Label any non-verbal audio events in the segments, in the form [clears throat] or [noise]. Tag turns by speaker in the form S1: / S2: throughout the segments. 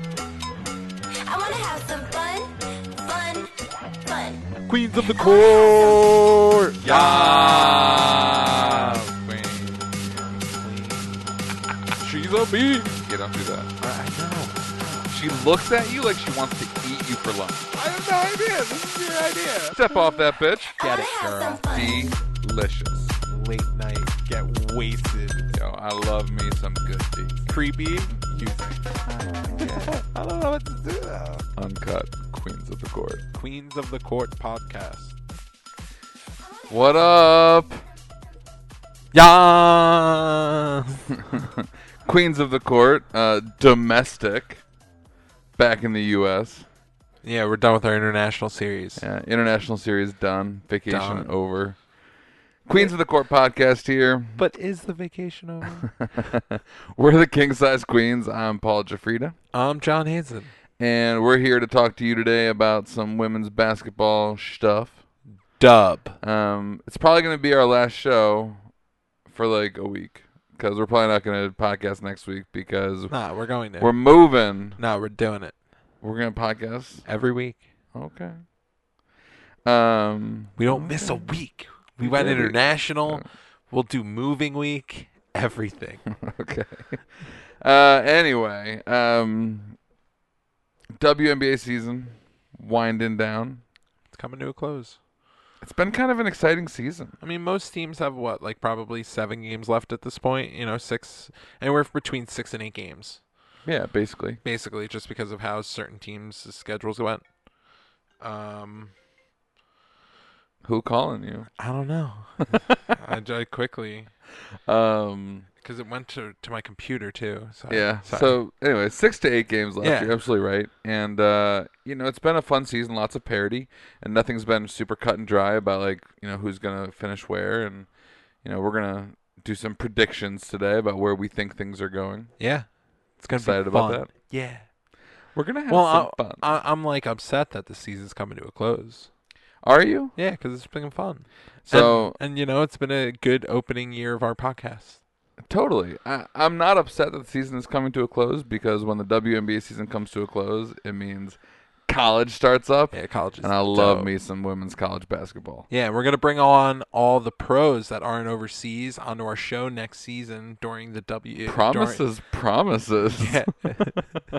S1: I wanna have some fun, fun, fun.
S2: Queens of the Court.
S3: Yeah. Queen. She's a bee. Yeah, don't do that.
S2: I know.
S3: She looks at you like she wants to eat you for lunch. I have no idea. This is your idea. Step off that bitch.
S1: I
S2: Get
S1: wanna
S2: it,
S1: have some
S2: girl.
S1: fun.
S3: Delicious.
S2: Late night, get wasted.
S3: Yo, I love me some good tea.
S2: Creepy. You. [laughs] I don't know what to do though.
S3: Uncut Queens of the Court.
S2: Queens of the Court podcast.
S3: What up?
S2: Yeah.
S3: Queens of the Court, uh, domestic, back in the U.S.
S2: Yeah, we're done with our international series.
S3: Yeah, international series done. Vacation
S2: Done.
S3: over. Queens of the Court podcast here. [laughs]
S2: But is the vacation over?
S3: We're the King Size Queens. I'm Paul Jafrida.
S2: [laughs] I'm John Hansen.
S3: And we're here to talk to you today about some women's basketball stuff.
S2: Dub.
S3: Um, it's probably going to be our last show for like a week because we're probably not going to podcast next week because
S2: Nah, we're going there.
S3: we're moving.
S2: nah, we're doing it
S3: We're going to podcast.
S2: every week.
S3: Okay. Um,
S2: We don't miss a week. We
S3: We
S2: went
S3: did it.
S2: international.
S3: Yeah.
S2: We'll do moving week. [laughs] Everything.
S3: [laughs] okay. Uh, anyway, um, WNBA season winding down.
S2: It's coming to a close.
S3: It's been kind of an exciting season.
S2: I mean, most teams have what, like probably seven games left at this point. You know, six, and we're between six and eight games,
S3: Yeah, basically.
S2: basically, just because of how certain teams' schedules went. Um,
S3: Who calling you?
S2: I don't know. [laughs] I, I quickly
S3: Um,
S2: because it went to to my computer too. So
S3: yeah.
S2: Uh, sorry.
S3: So anyway, six to eight games left.
S2: Yeah.
S3: You're absolutely right. And uh, you know, it's been a fun season. Lots of parity, and nothing's been super cut and dry about like you know who's gonna finish where, and you know we're gonna do some predictions today about where we think things are going.
S2: yeah, it's gonna
S3: Excited
S2: be
S3: about
S2: fun.
S3: that?
S2: Yeah.
S3: We're gonna have
S2: Well,
S3: some
S2: I,
S3: fun.
S2: I, I'm like upset that the season's coming to a close.
S3: Are you?
S2: Yeah, because it's been fun.
S3: So
S2: and, and you know, it's been a good opening year of our podcast.
S3: totally. I, I'm not upset that the season is coming to a close because when the WNBA season comes to a close, it means college starts up,
S2: Yeah, college is
S3: and I love
S2: dope.
S3: me some women's college basketball.
S2: Yeah, and we're gonna bring on all the pros that aren't overseas onto our show next season during the W. during-
S3: Promises, promises.
S2: [laughs] Yeah. [laughs]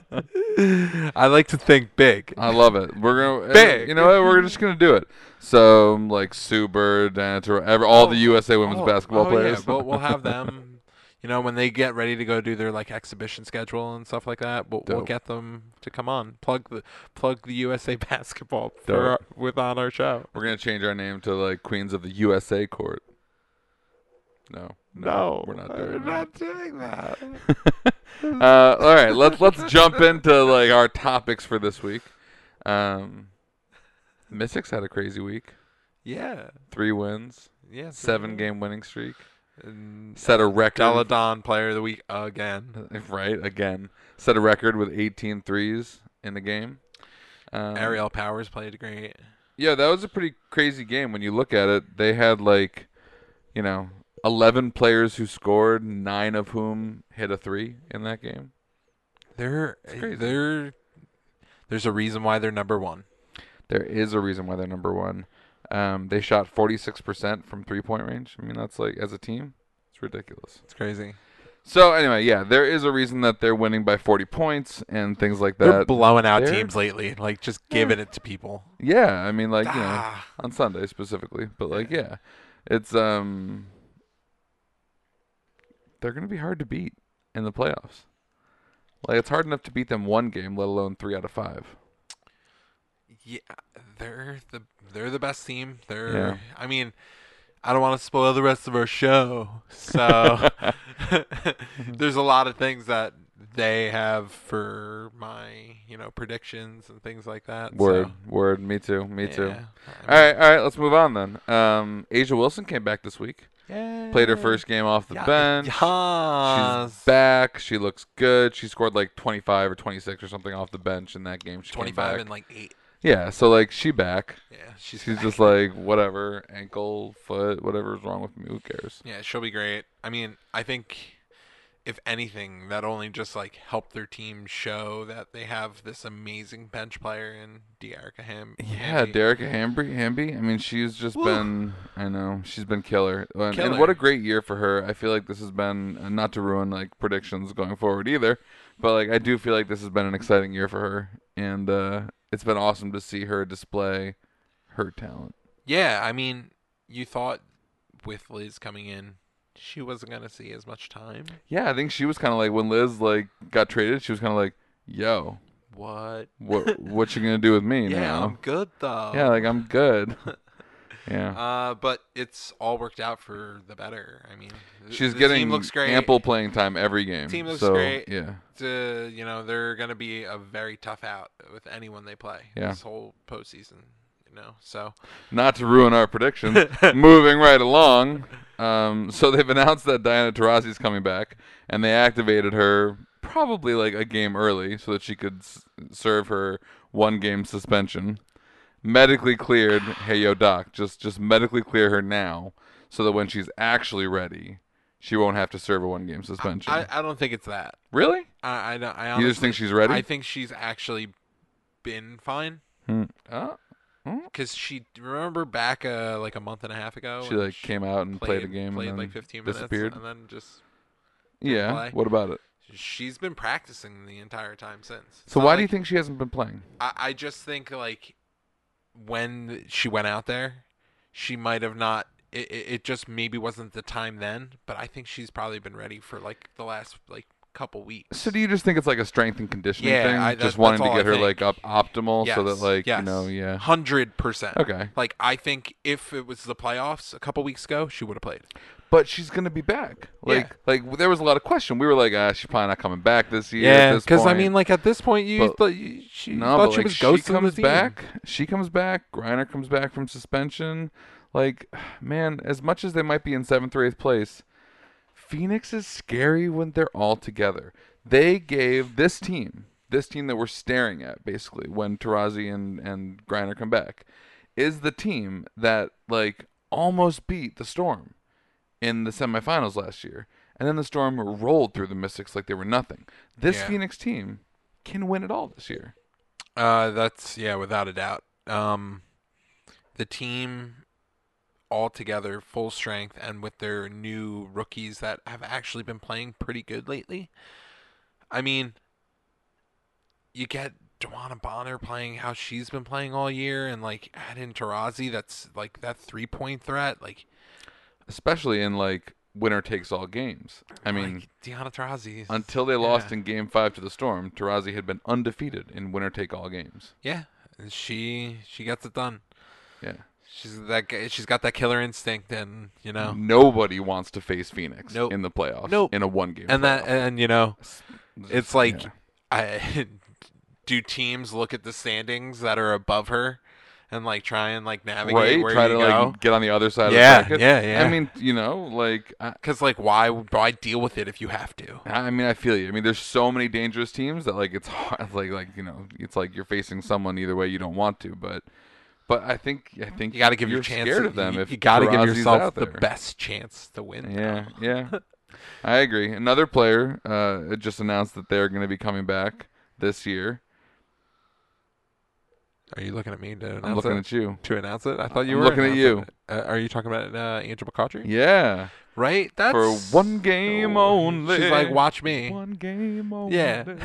S2: I like to think big.
S3: I love it. We're gonna
S2: Big.
S3: You know what? We're just gonna do it. So like Suber, Dantor, ever all
S2: Oh,
S3: the USA women's
S2: Oh,
S3: basketball
S2: oh,
S3: players.
S2: Yeah, we'll, we'll have them. You know, when they get ready to go do their like exhibition schedule and stuff like that, we'll, we'll
S3: Dope.
S2: get them to come on, plug the plug the USA [laughs] basketball
S3: Dope.
S2: for our, with on our show.
S3: [laughs] We're gonna change our name to like Queens of the USA Court. No, we're
S2: Uh,
S3: not doing that.
S2: doing
S3: [laughs]
S2: that.
S3: Uh, all right, let's let's jump into like our topics for this week. Um, Mystics had a crazy week.
S2: yeah,
S3: Three wins,
S2: yeah.
S3: seven game winning streak,
S2: game.
S3: set a record.
S2: Galadon player of the week again.
S3: [laughs] Right again, set a record with 18 threes in the game. Um,
S2: Ariel Powers played great.
S3: Yeah, that was a pretty crazy game when you look at it. They had like, you know, 11 players who scored, nine of whom hit a three in that game.
S2: They're
S3: crazy.
S2: they're there's a reason why they're number one.
S3: there is a reason why they're number one. Um, they shot 46% from three point range. I mean, that's like, as a team, it's ridiculous.
S2: It's crazy.
S3: So, anyway, yeah, there is a reason that they're winning by 40 points and things like
S2: They're
S3: that.
S2: blowing out
S3: they're-
S2: teams lately, like just giving it to people.
S3: yeah, I mean, like, you know,
S2: Ah.
S3: on Sunday specifically. But, like, yeah, it's, um, they're going to be hard to beat in the playoffs. Like, it's hard enough to beat them one game, let alone three out of five.
S2: Yeah, they're the they're the best team. They're
S3: Yeah.
S2: I mean, I don't want to spoil the rest of our show.
S3: [laughs]
S2: So [laughs] there's a lot of things that they have for my, you know, predictions and things like that.
S3: Word,
S2: so,
S3: word. Me too. Me too.
S2: yeah. I
S3: All right, all right. Let's move on then. Um, Asia Wilson came back this week.
S2: mean,
S3: Played her
S2: yeah.
S3: first game off the
S2: Yeah,
S3: bench. She's
S2: Yes.
S3: back. She looks good. She scored like 25 or 26 or something off the bench in that game. She came
S2: 25
S3: back.
S2: and like 8.
S3: yeah. So like she back.
S2: Yeah, she's, [laughs]
S3: She's, just like whatever, ankle, foot, whatever's wrong with me. Who cares?
S2: Yeah, she'll be great. I mean, I think if anything, that only just like helped their team show that they have this amazing bench player in De'Erica Ham.
S3: Yeah,
S2: Hamby.
S3: Derek Hamby. Hamby. I mean, she's just
S2: Woo.
S3: been. I know she's been killer. And,
S2: Killer.
S3: and what a great year for her. I feel like this has been and not to ruin like predictions going forward either, but like I do feel like this has been an exciting year for her, and uh, it's been awesome to see her display her talent.
S2: Yeah, I mean, you thought with Liz coming in, she wasn't gonna see as much time.
S3: Yeah, I think she was kind of like when Liz like got traded, she was kind of like, "Yo,
S2: What? [laughs]
S3: what what you gonna do with me
S2: yeah,
S3: now?
S2: I'm good though.
S3: yeah, like I'm
S2: [laughs]
S3: good. yeah,
S2: Uh, but it's all worked out for the better. I mean, th-
S3: she's
S2: the
S3: getting
S2: team looks great.
S3: ample playing time every game.
S2: Team looks
S3: so,
S2: great.
S3: Yeah.
S2: Uh, you know, they're gonna be a very tough out with anyone they play
S3: Yeah.
S2: this whole postseason. You know, so
S3: not to ruin our predictions,
S2: [laughs]
S3: moving right along. Um, so they've announced that Diana Taurasi's coming back, and they activated her probably like a game early so that she could s- serve her one game suspension. Medically cleared, hey yo doc, just just medically clear her now, so that when she's actually ready, she won't have to serve a one game suspension.
S2: I, I don't think it's that.
S3: really?
S2: I I, don't, I
S3: you
S2: honestly
S3: just think she's ready?
S2: I think she's actually been fine
S3: Hmm. Oh,
S2: because she remember back uh, like a month and a half ago.
S3: she
S2: when
S3: like came out and played, a game,
S2: Oh, played
S3: and
S2: like
S3: then
S2: 15 minutes,
S3: disappeared.
S2: and then just
S3: yeah.
S2: play.
S3: What about it?
S2: she's been practicing the entire time since. It's
S3: So
S2: not
S3: why
S2: like-
S3: do you think she hasn't been playing?
S2: I, I just think like when she went out there, she might have not. It, it it just maybe wasn't the time then, but I think she's probably been ready for like the last like couple weeks.
S3: So do you just think it's like a strength and conditioning
S2: Yeah,
S3: thing?
S2: I- that-
S3: just wanting
S2: that's
S3: to
S2: all
S3: get
S2: I
S3: her like
S2: think.
S3: up optimal so that
S2: Yes,
S3: like
S2: yes.
S3: you know, yeah.
S2: Hundred percent.
S3: Okay.
S2: Like I think if it was the playoffs a couple weeks ago, she would have played.
S3: But she's gonna be back.
S2: Yeah.
S3: Like like there was a lot of question. We were like, ah, she's probably not coming back this year.
S2: because I mean, like at this point, you
S3: But-
S2: thought you, she
S3: no,
S2: thought
S3: but
S2: she
S3: like
S2: was
S3: she
S2: ghosting
S3: comes
S2: the team.
S3: back. She comes back. Griner comes back from suspension. Like, [sighs] man, as much as they might be in seventh or eighth place, Phoenix is scary when they're all together. They gave this team, this team that we're staring at, basically, when Tarazi and and Griner come back, is the team that like almost beat the Storm in the semifinals last year. And then the Storm rolled through the Mystics like they were nothing. This
S2: Yeah.
S3: Phoenix team can win it all this year.
S2: Uh, that's yeah, without a doubt. Um, the team all together, full strength, and with their new rookies that have actually been playing pretty good lately. I mean, you get Dewana Bonner playing how she's been playing all year, and like add in Tarazi, that's like that three point threat. Like,
S3: especially in like winner takes all games. I mean,
S2: like Deanna Tarazi. is-
S3: until they lost
S2: Oh, yeah.
S3: in game five to the Storm, Tarazi had been undefeated in winner take all games.
S2: yeah, she she gets it done.
S3: Yeah.
S2: She's that g- she's got that killer instinct, and you know.
S3: Nobody wants to face Phoenix
S2: Oh. Nope.
S3: in the playoffs
S2: Nope.
S3: in a one game.
S2: and that
S3: playoff.
S2: and you know it's like
S3: Yeah.
S2: i [laughs] do teams look at the standings that are above her and like try and like navigate
S3: right?
S2: where
S3: Try
S2: you
S3: to
S2: go
S3: like get on the other side
S2: Yeah,
S3: of the bracket.
S2: yeah, yeah.
S3: I mean, you know, like I,
S2: because like why why deal with it if you have to
S3: I mean, I feel you. I mean, there's so many dangerous teams that like it's hard. [laughs] Like like you know, it's like you're facing someone either way you don't want to, but. But I think I think
S2: you got to give
S3: you're
S2: your chance
S3: Scared of them.
S2: you,
S3: if
S2: you got to give
S3: Tarazi's
S2: yourself
S3: out
S2: the
S3: there.
S2: best chance to win
S3: Yeah,
S2: though.
S3: yeah. [laughs] I agree. Another player uh, just announced that they're going to be coming back this year.
S2: are you looking at me to announce
S3: I'm looking
S2: it?
S3: at you.
S2: to announce it i thought you
S3: I'm
S2: were
S3: looking at
S2: announcing it. uh, are you talking about uh, angela Bacotry?
S3: Yeah,
S2: right that's
S3: for one game
S2: Oh,
S3: only.
S2: she's like watch me
S3: One game only.
S2: yeah [laughs]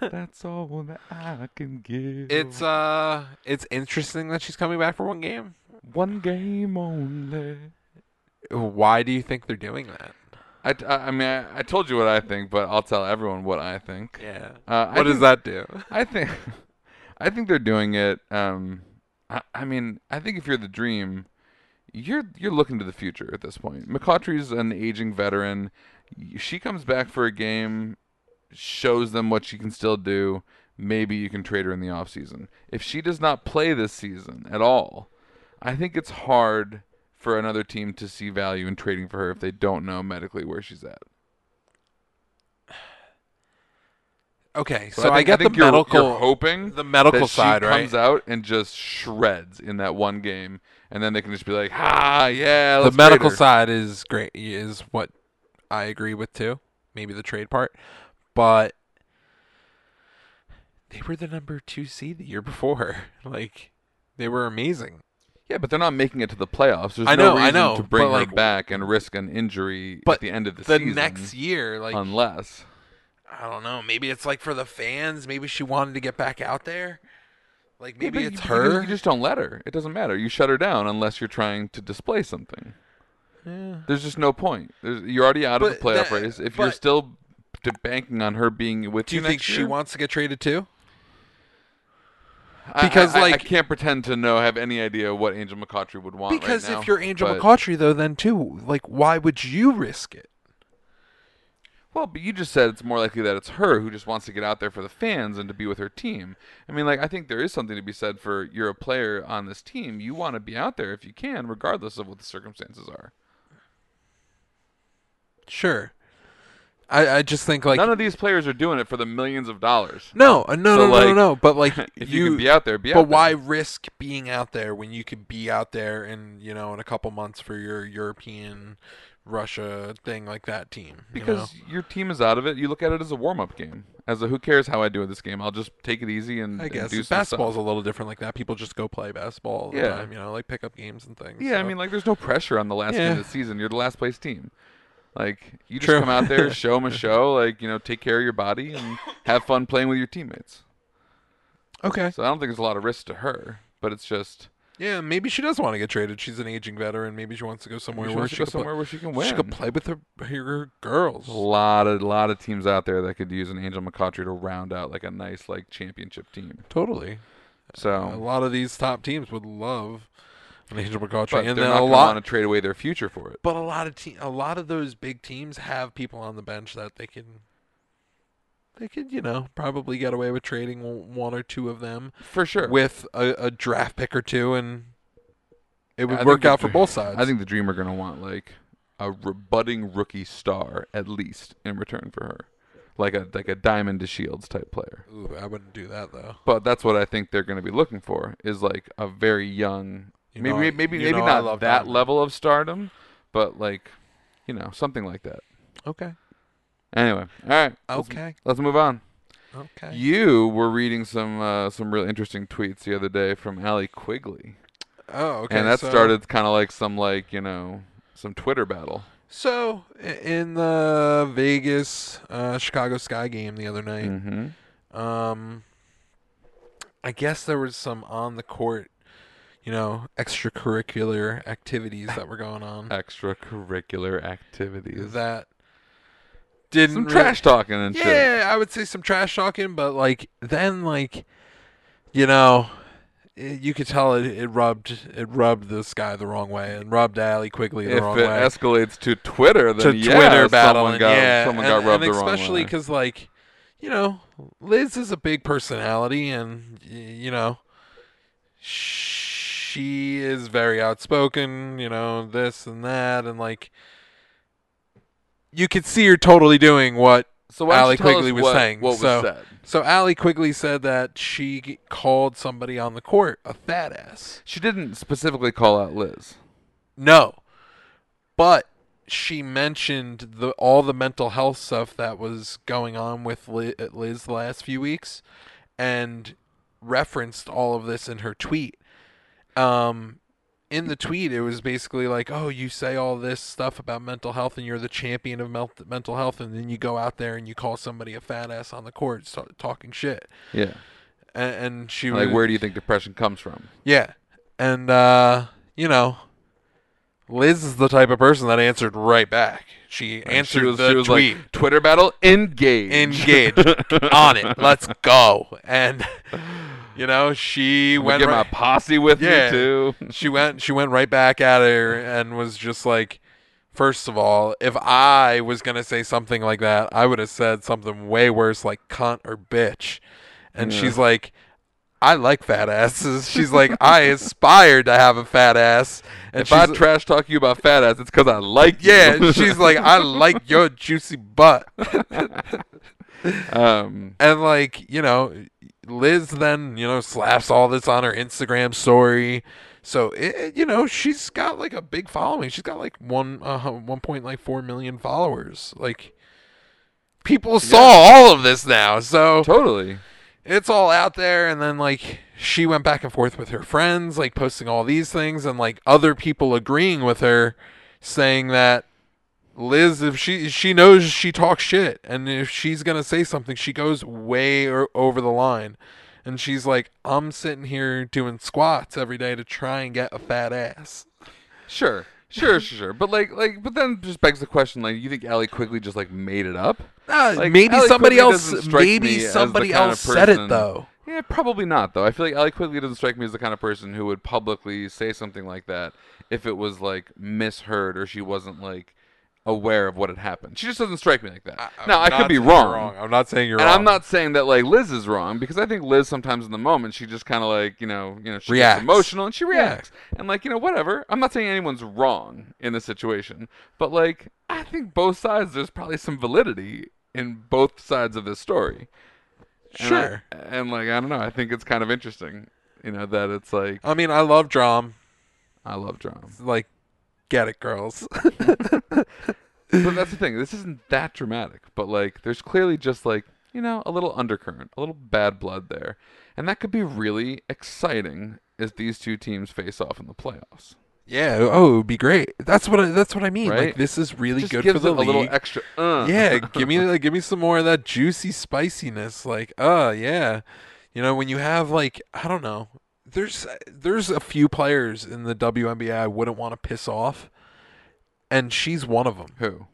S3: That's all that I can give.
S2: It's uh, it's interesting that she's coming back for one game.
S3: one game only.
S2: Why do you think they're doing that?
S3: I, I, I mean, I, I told you what I think, but I'll tell everyone what I think.
S2: Yeah.
S3: Uh, I
S2: What does
S3: think-
S2: that do?
S3: I think [laughs] I think they're doing it. Um, I, I mean, I think if you're the dream, you're you're looking to the future at this point. McCautry's an aging veteran. Y- She comes back for a game, shows them what she can still do. Maybe you can trade her in the offseason. If she does not play this season at all, I think it's hard for another team to see value in trading for her if they don't know medically where she's at.
S2: Okay, so,
S3: think,
S2: I, get
S3: think
S2: the
S3: you're,
S2: medical,
S3: you're hoping
S2: the medical
S3: that
S2: side,
S3: she
S2: right?
S3: comes out and just shreds in that one game, and then they can just be like, "Ha, yeah."
S2: the
S3: let's trade
S2: medical
S3: her."
S2: side is great. Is what I agree with too. maybe the trade part, but they were the number two seed the year before. [laughs] Like they were amazing.
S3: Yeah, but they're not making it to the playoffs. There's
S2: I know,
S3: no
S2: I
S3: reason
S2: know,
S3: to bring
S2: but,
S3: her
S2: like,
S3: back and risk an injury
S2: but
S3: at the end of the,
S2: The
S3: season.
S2: next year, like
S3: unless
S2: I don't know, maybe it's like for the fans. Maybe she wanted to get back out there. Like maybe
S3: Yeah, but
S2: it's
S3: you- you-
S2: her.
S3: You just don't let her. It doesn't matter. You shut her down unless you're trying to display something.
S2: Yeah.
S3: There's just no point. There's, you're already out of the
S2: But
S3: playoff
S2: that-
S3: race. If you're
S2: but-
S3: still d- banking on her being with
S2: Do you
S3: next
S2: think she
S3: year,
S2: wants to get traded too?
S3: I- I-
S2: because,
S3: I, I,
S2: like-
S3: can't pretend to know have any idea what Angel McCautry would want. right
S2: Because
S3: now,
S2: if you're Angel
S3: but-
S2: McCautry, though, then too, like, why would you risk it?
S3: Well, but you just said it's more likely that it's her who just wants to get out there for the fans and to be with her team. I mean, like I think there is something to be said for you're a player on this team. You want to be out there if you can, regardless of what the circumstances are.
S2: Sure. I, I just think like
S3: None
S2: no,
S3: of these players are doing it for the millions of dollars.
S2: no, uh, no,
S3: So,
S2: no, no,
S3: like,
S2: no. But like
S3: [laughs] If you, can be out there, be
S2: but
S3: out there.
S2: why risk being out there when you could be out there in you know in a couple months for your European Russia thing like that team? you know?
S3: Because your team is out of it. You look at it as a warm up game. As a who cares how I do in this game? I'll just take it easy and,
S2: I
S3: and
S2: guess
S3: do some stuff.
S2: basketball's a little different like that. People just go play basketball all the
S3: Yeah.
S2: time, you know, like pick up games and things.
S3: Yeah, I
S2: so.
S3: mean, like, there's no pressure on the last game
S2: Yeah.
S3: of the season. You're the last place team. Like, you just
S2: True.
S3: come out
S2: [laughs]
S3: there, show them a show, like, you know, take care of your body and have fun playing with your teammates.
S2: okay,
S3: So I don't think there's a lot of risk to her, but it's just
S2: yeah, maybe she does want to get traded. She's an aging veteran. Maybe she wants to go somewhere
S3: she
S2: where
S3: wants
S2: she
S3: to go
S2: could play-
S3: somewhere where she can win.
S2: she could play with her her girls.
S3: a lot of lot of teams out there that could use an Angel McCautry to round out like a nice like championship team.
S2: Totally. A
S3: So
S2: lot of these top teams would love an Angel
S3: but
S2: McCautry,
S3: they're
S2: and
S3: not
S2: then a
S3: gonna
S2: lot.
S3: want to trade away their future for it.
S2: but a lot of te- a lot of those big teams have people on the bench that they can. They could, you know, probably get away with trading w- one or two of them
S3: For sure.
S2: with a, a draft pick or two, and it
S3: I
S2: would
S3: think
S2: work
S3: the
S2: out for
S3: Dr-
S2: both sides.
S3: I think the Dream are going to want like a budding rookie star at least in return for her, like a like a diamond to Shields type player.
S2: Ooh, I wouldn't do that though.
S3: But that's what I think they're going to be looking for is like a very young,
S2: You
S3: maybe
S2: know I-
S3: maybe maybe,
S2: you
S3: maybe
S2: know I
S3: not
S2: love
S3: that
S2: diamond.
S3: level of stardom, but like you know something like that.
S2: Okay.
S3: Anyway, all right, let's-
S2: Okay.
S3: let's move on.
S2: Okay.
S3: You were reading some uh, some real interesting tweets the other day from Allie Quigley,
S2: oh, okay.
S3: and that
S2: so-
S3: started kind of like some like you know some Twitter battle.
S2: So i- in the Vegas uh, Chicago Sky game the other night,
S3: Mm-hmm.
S2: um, I guess there was some on the court, you know, extracurricular activities that were going
S3: [laughs]
S2: on
S3: extracurricular activities.
S2: that didn't
S3: Some
S2: rea-
S3: trash talking and shit.
S2: Yeah, I would say some trash talking, but like then like, you know. i- You could tell it, it rubbed it rubbed this guy the wrong way and rubbed Allie Quigley the
S3: If it
S2: wrong way.
S3: escalates to Twitter, then
S2: to
S3: yeah,
S2: Twitter
S3: someone
S2: battling.
S3: got,
S2: yeah,
S3: someone
S2: and,
S3: got rubbed
S2: and
S3: the wrong
S2: especially
S3: way.
S2: because like, you know, Liz is a big personality, and y- you know, she is very outspoken. You know, this and that, and like, you could see her totally doing what.
S3: So why don't
S2: Allie
S3: you tell us
S2: Quigley was
S3: what,
S2: saying,
S3: what was
S2: so-
S3: said.
S2: So Allie Quigley said that she g- called somebody on the court a fat ass.
S3: She didn't specifically call out Liz.
S2: No. But she mentioned the all the mental health stuff that was going on with Liz, Liz the last few weeks and referenced all of this in her tweet. Um in the tweet it was basically like, "Oh, you say all this stuff about mental health and you're the champion of mel- mental health and then you go out there and you call somebody a fat ass on the court start talking shit."
S3: Yeah.
S2: And, and she
S3: Like,
S2: was
S3: where do you think depression comes from?
S2: yeah. And uh, you know, Liz is the type of person that answered right back. She
S3: And
S2: answered
S3: she was,
S2: the
S3: she was
S2: tweet.
S3: like, Twitter battle engage. [laughs]
S2: Engage on it. Let's go. And you know, she
S3: Would
S2: went
S3: get my
S2: right,
S3: posse with
S2: Yeah.
S3: me too.
S2: she went she went right back at her and was just like First of all, if I was gonna say something like that, I would have said something way worse, like cunt or bitch. And
S3: Yeah.
S2: she's like, "I like fat asses." She's like, [laughs] "I aspire to have a fat ass." And
S3: If I
S2: she's-
S3: trash talk you about fat ass, it's because I like you.
S2: Yeah, and she's like, I like your juicy butt.
S3: [laughs] um,
S2: And like, you know, Liz then, you know, slaps all this on her Instagram story. So it, it- you know, she's got like a big following. She's got like one uh, one point like four million followers. Like people saw all of this now, so
S3: Totally.
S2: it's all out there and then like she went back and forth with her friends like posting all these things and like other people agreeing with her saying that Liz if she she knows she talks shit and if she's going to say something she goes way o- over the line and she's like I'm sitting here doing squats every day to try and get a fat ass
S3: Sure. Sure, sure, sure. But like like but then just begs the question, like, you think Allie Quigley just like made it up?
S2: Uh,
S3: Like,
S2: maybe
S3: Ally
S2: somebody
S3: Quigley doesn't
S2: else
S3: strike
S2: maybe
S3: me as the
S2: somebody
S3: kind of
S2: else said it
S3: person-
S2: though
S3: Yeah, probably not though. I feel like Allie Quigley doesn't strike me as the kind of person who would publicly say something like that if it was like misheard or she wasn't like aware of what had happened. She just doesn't strike me like that. now I could be wrong,
S2: I'm not saying you're
S3: and
S2: wrong
S3: I'm not saying that like Liz is wrong because I think Liz sometimes in the moment she just kind of like you know you know she
S2: Reacts.
S3: gets emotional and she reacts and like you know whatever. I'm not saying anyone's wrong in the situation, but like I think both sides there's probably some validity in both sides of this story. And I-
S2: Sure.
S3: And, like I don't know, I think it's kind of interesting, you know, that it's like
S2: I mean I love drum
S3: I love drama,
S2: like get it
S3: [laughs]
S2: girls
S3: but that's the thing. This isn't that dramatic, but like there's clearly just like you know a little undercurrent, a little bad blood there, and that could be really exciting as these two teams face off in the playoffs.
S2: yeah oh it would be great that's what I, that's what i mean like
S3: Right?
S2: this is really
S3: just
S2: good
S3: gives
S2: for the
S3: it
S2: league
S3: a little extra. Uh. [laughs]
S2: yeah give me like, give me some more of that juicy spiciness like uh yeah you know when you have like i don't know there's there's a few players in the WNBA I wouldn't want to piss off and she's one of them
S3: Who?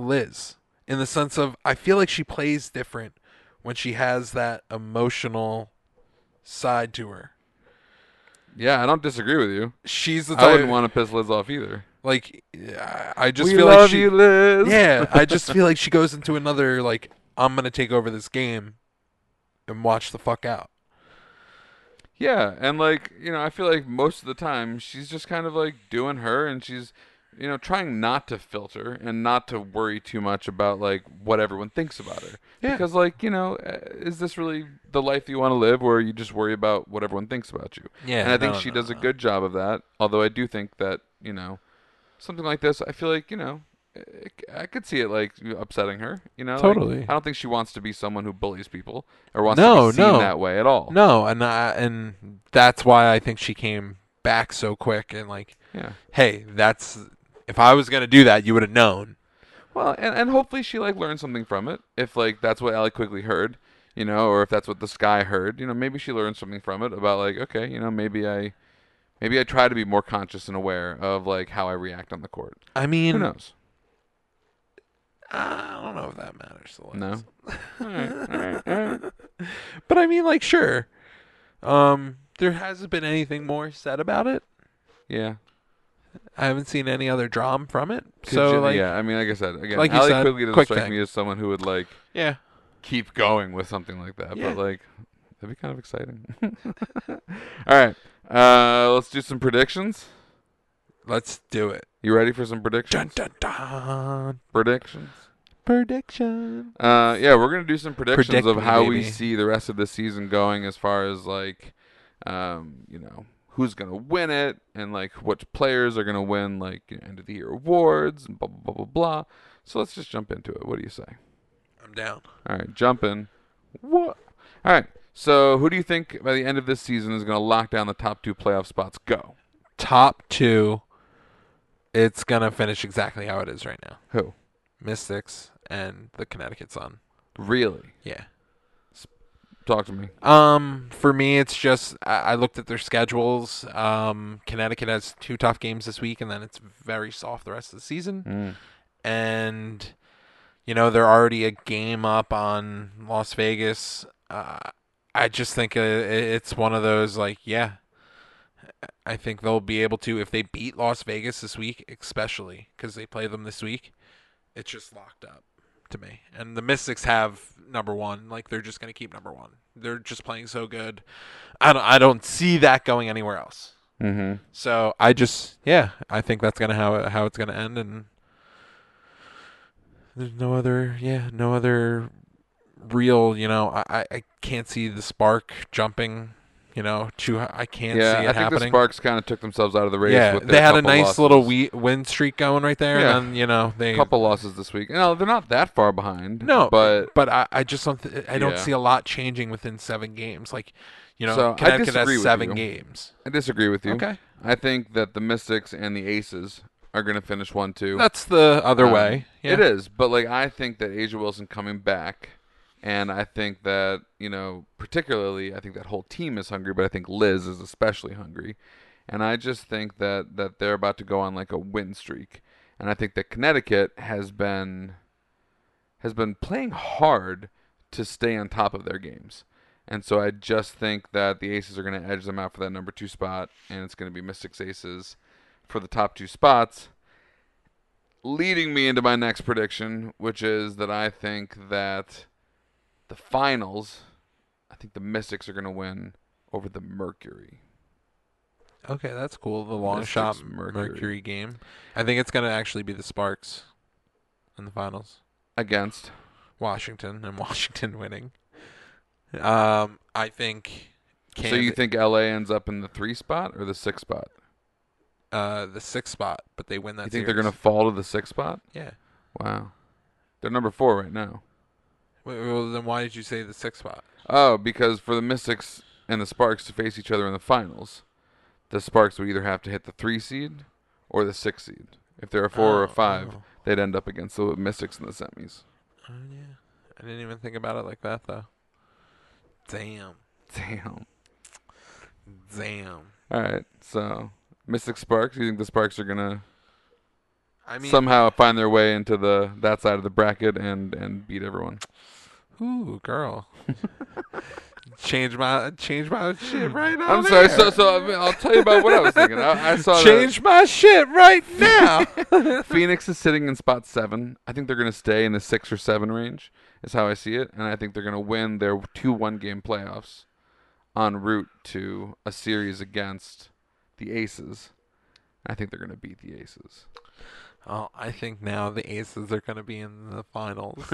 S2: Liz in the sense of I feel like she plays different when she has that emotional side to her.
S3: Yeah, I don't disagree with you.
S2: She's the
S3: I
S2: type
S3: wouldn't want to piss Liz off either.
S2: like I I just
S3: we
S2: feel
S3: love
S2: like she
S3: you, Liz.
S2: yeah [laughs] I just feel like she goes into another like I'm gonna take over this game and watch the fuck out.
S3: Yeah, and like you know, I feel like most of the time she's just kind of like doing her, and she's you know trying not to filter and not to worry too much about like what everyone thinks about her.
S2: Yeah.
S3: Because like you know, uh, is this really the life that you want to live, where you just worry about what everyone thinks about you?
S2: Yeah,
S3: and I think
S2: no,
S3: she
S2: no,
S3: does a
S2: no.
S3: good job of that. Although I do think that you know, something like this, I feel like you know. I- I could see it like upsetting her, you know. like,
S2: Totally.
S3: I don't think she wants to be someone who bullies people or wants
S2: No,
S3: to be seen
S2: no.
S3: that way at all.
S2: No, and I, and that's why I think she came back so quick and like
S3: Yeah.
S2: hey that's if I was gonna do that you would have known.
S3: Well, and, and hopefully she like learned something from it. If like that's what Allie Quigley heard, you know, or if that's what the sky heard, you know, maybe she learned something from it about like, okay, you know, maybe I, maybe I try to be more conscious and aware of like how I react on the court.
S2: I mean
S3: Who knows?
S2: I don't know if that matters. To Liz.
S3: No.
S2: But I mean, like, sure. Um, there hasn't been anything more said about it.
S3: Yeah.
S2: I haven't seen any other drama from it.
S3: Could
S2: so,
S3: you-
S2: like, yeah.
S3: yeah, I mean, like I said, again,
S2: like you
S3: Allie
S2: said,
S3: Quigley doesn't
S2: quick
S3: strike
S2: thing.
S3: me as someone who would like keep going with something like that.
S2: Yeah.
S3: But like, that'd be kind of exciting. [laughs] All right, uh, let's do some predictions.
S2: let's do it.
S3: You ready for some predictions?
S2: Dun dun dun.
S3: Predictions.
S2: Prediction.
S3: Uh, yeah, we're gonna do some predictions
S2: Predict
S3: of
S2: me,
S3: how we
S2: baby.
S3: see the rest of the season going, as far as like, um, you know, who's gonna win it, and like what players are gonna win like you know, end of the year awards, and blah blah blah blah blah. So let's just jump into it. What do you say?
S2: I'm down.
S3: All right, jumping. What? All right. So who do you think by the end of this season is gonna lock down the top two playoff spots? Go.
S2: Top two. It's gonna finish exactly how it is right now.
S3: Who?
S2: Mystics and the Connecticut Sun.
S3: Really?
S2: Yeah.
S3: Talk to me.
S2: Um, for me, it's just I, I looked at their schedules. Um, Connecticut has two tough games this week, and then it's very soft the rest of the season. and you know they're already a game up on Las Vegas. Uh, I just think uh, i- it's one of those like yeah, I think they'll be able to if they beat Las Vegas this week, especially because they play them this week. It's just locked up to me, and the Mystics have number one. Like they're just gonna keep number one. They're just playing so good. I don't. I don't see that going anywhere else.
S3: Mm-hmm.
S2: So I just yeah, I think that's gonna how it- how it's gonna end, and there's no other yeah, no other real you know I I I can't see the spark jumping. You know, too. I can't
S3: yeah, I
S2: see it
S3: think the
S2: happening.
S3: Sparks kind of took themselves out of the race.
S2: yeah,
S3: with
S2: they
S3: their
S2: had a
S3: couple
S2: nice
S3: losses.
S2: little we- win streak going right there,
S3: Yeah.
S2: and then, you know they.
S3: couple losses this week. No, they're not that far behind.
S2: No,
S3: but
S2: but I, I just don't. Th- I don't
S3: Yeah.
S2: see a lot changing within seven games. Like, you know,
S3: So, I
S2: Connecticut
S3: disagree
S2: has
S3: with
S2: seven
S3: you.
S2: games.
S3: I disagree with you.
S2: Okay,
S3: I think that the Mystics and the Aces are going to finish one two.
S2: that's the other
S3: Um,
S2: way. Yeah.
S3: It is, but like I think that Asia Wilson coming back, and I think that you know particularly I think that whole team is hungry, but I think Liz is especially hungry, and I just think that that they're about to go on like a win streak, and I think that Connecticut has been has been playing hard to stay on top of their games. And so I just think that the Aces are going to edge them out for that number two spot, and it's going to be Mystics Aces for the top two spots leading me into my next prediction, which is that I think that the finals, I think the Mystics are going to win over the Mercury.
S2: Okay, that's cool. The long
S3: Mystics,
S2: shot
S3: Mercury.
S2: Mercury. game. I think it's gonna actually be the Sparks in the finals.
S3: Against
S2: Washington and [laughs] Washington winning. Um, I think.
S3: so you
S2: Kansas-
S3: think LA ends up in the three spot or the six spot?
S2: uh the sixth spot, but they win that.
S3: you think they're
S2: series.
S3: going to fall to the six spot?
S2: Yeah.
S3: Wow, they're number four right now.
S2: Wait, well, then why did you say the sixth spot?
S3: Oh, because for the Mystics and the Sparks to face each other in the finals, the Sparks would either have to hit the three seed or the six seed. If they're a four or a
S2: Oh,
S3: five,
S2: oh.
S3: they'd end up against the Mystics in the semis.
S2: Oh, yeah. I didn't even think about it like that though. Damn.
S3: Damn.
S2: Damn.
S3: All right. So, Mystic Sparks. You think the Sparks are gonna
S2: I mean,
S3: somehow find their way into the that side of the bracket and and beat everyone?
S2: ooh, girl.
S3: [laughs]
S2: change my change my shit right now.
S3: I'm sorry. So, so I mean, I'll tell you about what I was thinking. I, I saw
S2: change my shit [laughs] right now.
S3: that [laughs] Phoenix is sitting in spot seven. I think they're gonna stay in the six or seven range. Is how I see it, and I think they're gonna win their two one game playoffs en route to a series against the Aces. I think they're gonna beat the Aces.
S2: oh, I think now the aces are gonna be in the [laughs] finals.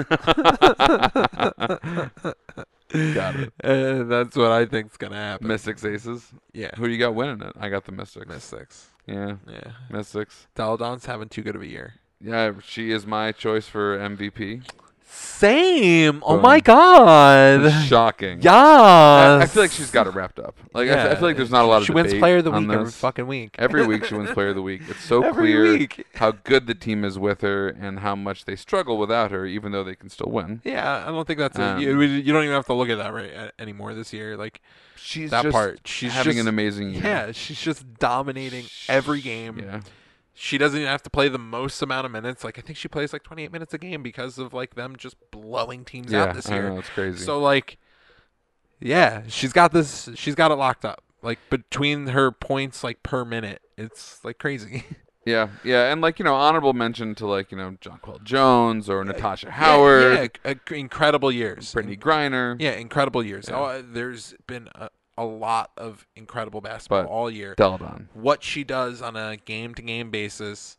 S3: Got it.
S2: Uh, that's what I think's gonna happen.
S3: Mystics Aces.
S2: yeah.
S3: Who do you got winning it? I got the Mystics.
S2: Miss six.
S3: Yeah,
S2: Yeah.
S3: Mystics.
S2: Daladon's having too good of a year.
S3: Yeah, she is my choice for MVP.
S2: Same. Oh
S3: Boom.
S2: my god.
S3: Shocking.
S2: Yes.
S3: I, I feel like she's got it wrapped up. Like I, f- I feel like there's not a lot of
S2: She wins
S3: debate
S2: player of the
S3: on
S2: week every
S3: this.
S2: fucking week.
S3: [laughs]
S2: [laughs]
S3: Every week she wins player of the week. It's so
S2: Every
S3: clear
S2: week.
S3: how good the team is with her and how much they struggle without her, even though they can still win.
S2: Yeah, I don't think that's
S3: Um,
S2: it. You, you don't even have to look at that right a- anymore this year. Like
S3: She's
S2: that
S3: just
S2: part, she's
S3: having
S2: just,
S3: an amazing year.
S2: Yeah, she's just dominating every game.
S3: Yeah.
S2: She doesn't even have to play the most amount of minutes. Like I think she plays like 28 minutes a game because of like them just blowing teams
S3: yeah.
S2: out this
S3: I
S2: year.
S3: know, it's crazy.
S2: So like, yeah, she's got this. She's got it locked up. Like between her points, like per minute, it's like crazy. [laughs]
S3: yeah, yeah, and like you know, honorable mention to like you know Jonquil Jones or Natasha Howard,
S2: yeah, yeah, inc- incredible years.
S3: Brittany
S2: In-
S3: Griner.
S2: yeah, incredible years.
S3: Yeah.
S2: Oh, there's been a, a lot of incredible basketball
S3: But-
S2: all year.
S3: Deladon.
S2: what she does on a game to game basis,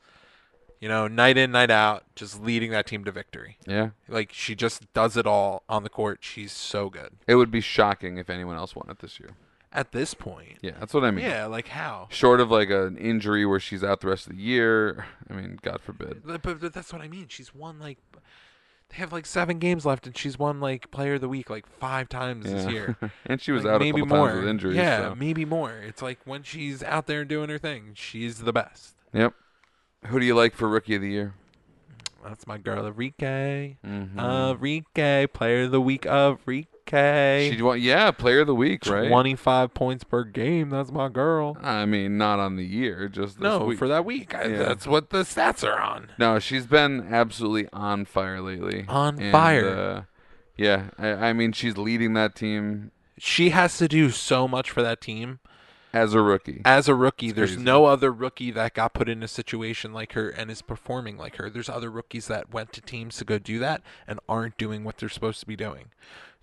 S2: you know, night in, night out, just leading that team to victory.
S3: Yeah.
S2: Like she just does it all on the court. She's so good
S3: It would be shocking if anyone else won it this year.
S2: at this point.
S3: Yeah, that's what I mean.
S2: Yeah, like how?
S3: Short of like an injury where she's out the rest of the year. I mean, God forbid.
S2: But, but but that's what I mean. She's won like they have like seven games left, and she's won like Player of the Week like five times this
S3: Yeah.
S2: year.
S3: [laughs] and she was
S2: Like,
S3: out a
S2: maybe
S3: couple
S2: more
S3: times with injuries.
S2: Yeah,
S3: so-
S2: maybe more. It's like when she's out there doing her thing, she's the best.
S3: Yep. Who do you like for rookie of the year?
S2: That's my girl, Enrique.
S3: Mm-hmm.
S2: Enrique, Player of the Week, Enrique.
S3: she won. Yeah, player of the week, right?
S2: 25 points per game. That's my girl.
S3: I mean, not on the year, just this
S2: No,
S3: week.
S2: for that week. I,
S3: Yeah.
S2: That's what the stats are on.
S3: no, she's been absolutely on fire lately.
S2: On
S3: And,
S2: fire.
S3: Uh, yeah, I, I mean, she's leading that team
S2: She has to do so much for that team.
S3: as a rookie.
S2: As a rookie,
S3: It's
S2: there's
S3: crazy.
S2: no other rookie that got put in a situation like her and is performing like her. There's other rookies that went to teams to go do that and aren't doing what they're supposed to be doing.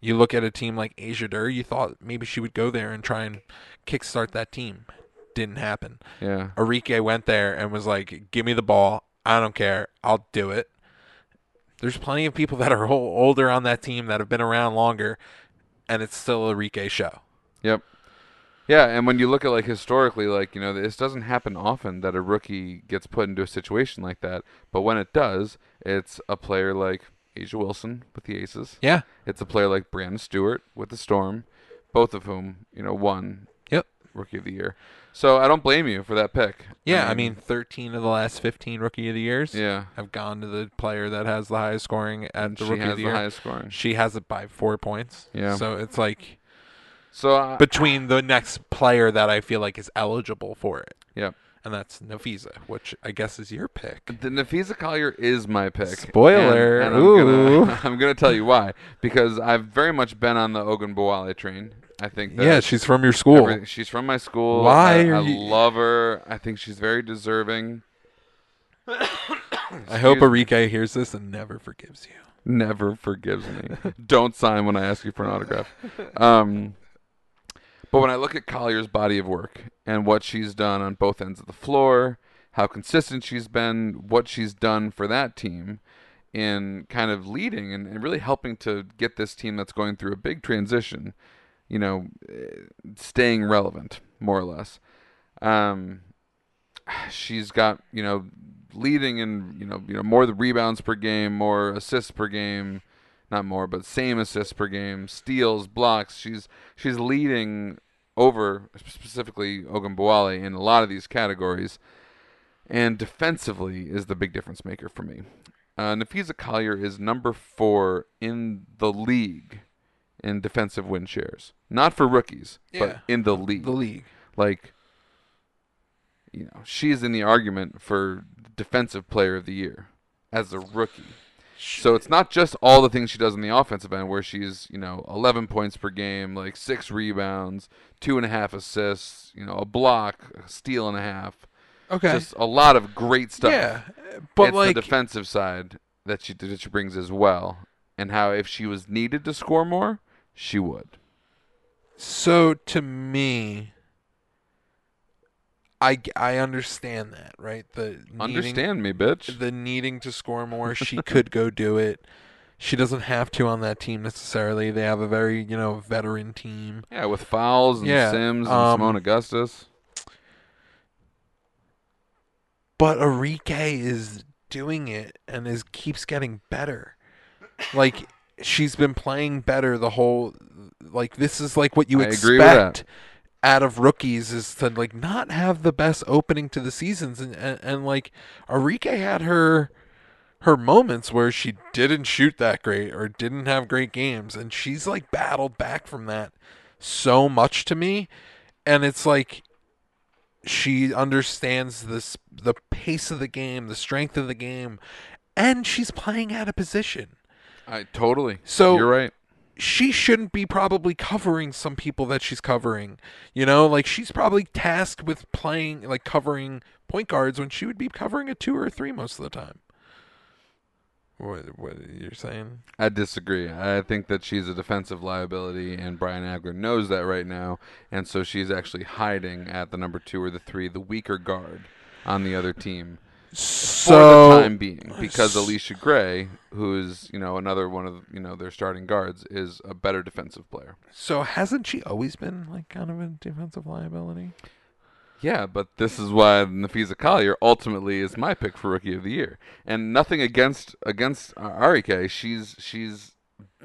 S2: You look at a team like Asia Dur, you thought maybe she would go there and try and kickstart that team. Didn't happen.
S3: Yeah.
S2: Arike went there and was like, "Give me the ball. I don't care. I'll do it." There's plenty of people [laughs] that are o- older on that team that have been around longer, and it's still Arike show.
S3: Yep. Yeah, and when you look at like historically, like you know, this doesn't happen often that a rookie gets put into a situation like that. But when it does, it's a player like Asia Wilson with the Aces.
S2: Yeah.
S3: It's a player like Brandon Stewart with the Storm, both of whom you know won
S2: Yep.
S3: Rookie of the Year. So I don't blame you for that pick.
S2: Yeah, I mean, 13 of the last 15 rookie of the years
S3: yeah,
S2: have gone to the player that has the highest scoring at
S3: and
S2: the
S3: she
S2: rookie
S3: has
S2: of the
S3: the,
S2: year.
S3: highest scoring.
S2: She has it by four points.
S3: Yeah.
S2: So it's like
S3: So I,
S2: between the next player that I feel like is eligible for it.
S3: Yep.
S2: And that's Nafisa, which I guess is your pick.
S3: The Nafisa Collier is my pick.
S2: Spoiler.
S3: And, and I'm
S2: Ooh.
S3: Gonna, [laughs] I'm going to tell you why. Because I've very much been on the Ogun Bowale train. I think that
S2: Yeah, she's from your school.
S3: everything- she's from my school.
S2: Why
S3: I,
S2: are
S3: I
S2: you-
S3: love her. I think she's very deserving.
S2: I hope
S3: Excuse
S2: Enrique hears this and never forgives you.
S3: Never forgives me. Don't sign when I ask you for an autograph. Um, but when I look at Collier's body of work and what she's done on both ends of the floor, how consistent she's been, what she's done for that team in kind of leading and, and really helping to get this team that's going through a big transition, you know, eh, staying relevant, more or less. Um, she's got, you know, leading in, you know, you know, more the rebounds per game, more assists per game, not more, but same assists per game, steals, blocks. She's she's leading over specifically Ogunbowale in a lot of these categories, and defensively is the big difference maker for me. Uh, Nafisa Collier is number four in the league in defensive win shares, not for rookies,
S2: Yeah.
S3: but in the league.
S2: The league.
S3: Like, you know, she's in the argument for defensive player of the year as a rookie. So it's not just all the things she does on the offensive end, where she's you know 11 points per game, like six rebounds, two and a half assists, you know, a block, a steal and a half,
S2: Okay.
S3: just a lot of great stuff.
S2: Yeah. But
S3: it's
S2: like
S3: the defensive side that she that she brings as well, and how if she was needed to score more, she would.
S2: So to me, I g- I understand that, right? The needing,
S3: Understand me, bitch.
S2: the needing to score more. She could go do it. She doesn't have to on that team necessarily. They have a very you know veteran team.
S3: Yeah, with fouls and
S2: Yeah,
S3: Sims and
S2: um,
S3: Simone Augustus.
S2: But Arike is doing it and is keeps getting better. Like she's been playing better the whole. Like this is like what you
S3: I
S2: expect
S3: agree with that.
S2: out of rookies is to like not have the best opening to the seasons and and, and like Arike had her her moments where she didn't shoot that great or didn't have great games and she's like battled back from that so much to me and it's like she understands this the pace of the game the strength of the game and she's playing out of position
S3: I totally.
S2: So-
S3: you're right.
S2: she shouldn't be probably covering some people that she's covering. You know, like she's probably tasked with playing, like covering point guards when she would be covering a two or a three most of the time. What, what you're saying?
S3: I disagree. I think that she's a defensive liability, and Brian Agler knows that right now, and so she's actually hiding at the number two or the three, the weaker guard on the other team
S2: So
S3: for the time being, because Alicia Gray, who's you know another one of you know their starting guards, is a better defensive player.
S2: so hasn't she always been like kind of a defensive liability?
S3: Yeah, but this is why Nafisa Collier ultimately is my pick for rookie of the year. And nothing against against Arike. She's she's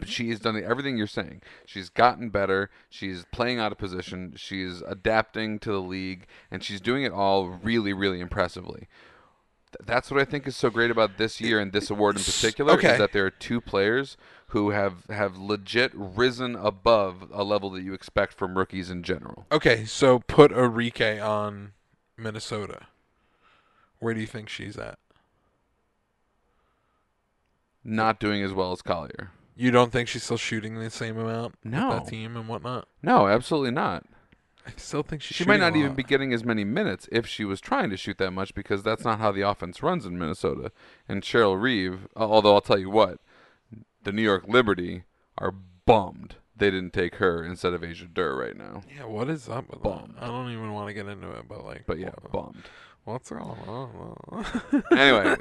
S3: she's done everything you're saying. She's gotten better. She's playing out of position. She's adapting to the league, and she's doing it all really really impressively. Th- That's what I think is so great about this year and this award in particular
S2: Okay.
S3: is that there are two players who have have legit risen above a level that you expect from rookies in general.
S2: Okay, so put Arike on Minnesota. Where do you think she's at?
S3: Not doing as well as Collier.
S2: You don't think she's still shooting the same amount with
S3: No.
S2: that team and whatnot?
S3: No, absolutely not.
S2: I still think she's
S3: She might
S2: shooting a
S3: not even
S2: lot.
S3: be getting as many minutes if she was trying to shoot that much because that's not how the offense runs in Minnesota. And Cheryl Reeve, although I'll tell you what, the New York Liberty are bummed they didn't take her instead of Asia Durr right now.
S2: Yeah, what is up with
S3: Bummed.
S2: that? I don't even want to get into it, but like,
S3: But yeah,
S2: wha-
S3: bummed.
S2: what's wrong? I don't
S3: [laughs]
S2: know. [laughs]
S3: Anyway,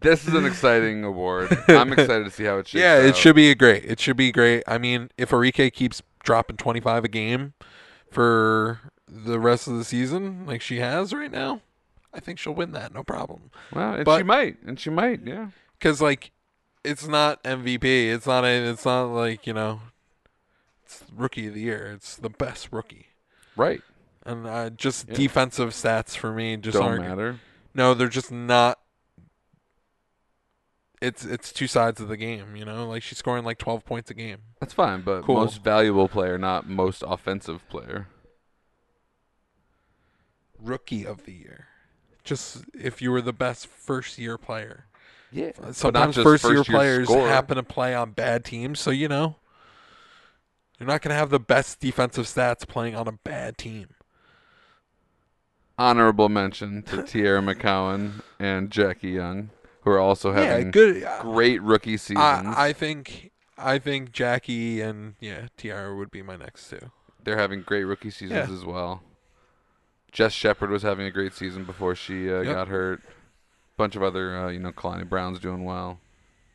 S3: this is an exciting award. I'm excited to see how it shakes
S2: yeah, it
S3: out.
S2: should be a great. It should be great. I mean, if Arike keeps dropping twenty five a game for the rest of the season like she has right now, I think she'll win that no problem.
S3: Well, and she
S2: But-
S3: might, and she might, yeah.
S2: Cuz like it's not MVP, it's not a, it's not like, you know, it's rookie of the year. It's the best rookie.
S3: Right.
S2: And uh, just
S3: Yeah.
S2: defensive stats for me just
S3: Don't
S2: aren't
S3: matter.
S2: No, they're just not. It's it's two sides of the game, you know. Like she's scoring like twelve points a game.
S3: That's fine, but
S2: Cool.
S3: most valuable player, not most offensive player.
S2: Rookie of the year, just if you were the best first year player.
S3: Yeah.
S2: Sometimes first, year players happen to play on bad teams, so you know you're not gonna have the best defensive stats playing on a bad team.
S3: Honorable mention to
S2: [laughs]
S3: Tierra McCowan and Jackie Young, who are also having
S2: yeah, good. uh,
S3: great rookie seasons.
S2: I, I think I think Jackie and yeah Tiara would be my next two.
S3: They're having great rookie seasons
S2: Yeah.
S3: as well. Jess Shepard was having a great season before she uh,
S2: Yep.
S3: got hurt. Bunch of other, uh, you know, Kalani Brown's doing well.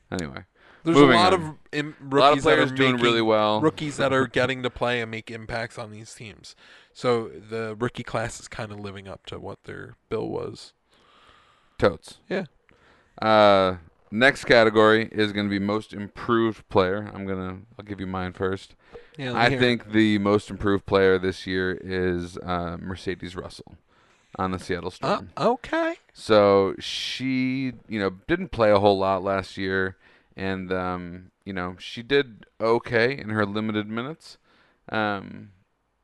S3: Anyway,
S2: There's
S3: Moving
S2: a lot
S3: on.
S2: of Im- rookies
S3: a lot of players
S2: that are
S3: doing
S2: making-
S3: really well.
S2: Rookies
S3: [laughs]
S2: that are getting to play and make impacts on these teams. So the rookie class is kind of living up to what their bill was.
S3: Totes.
S2: Yeah.
S3: Uh, next category is going to be most improved player. I'm gonna I'll give you mine first.
S2: Yeah,
S3: I think the most improved player this year is uh, Mercedes Russell on the Seattle
S2: Uh,
S3: Storm.
S2: okay.
S3: So she, you know, didn't play a whole lot last year, and um, you know, she did okay in her limited minutes. Um,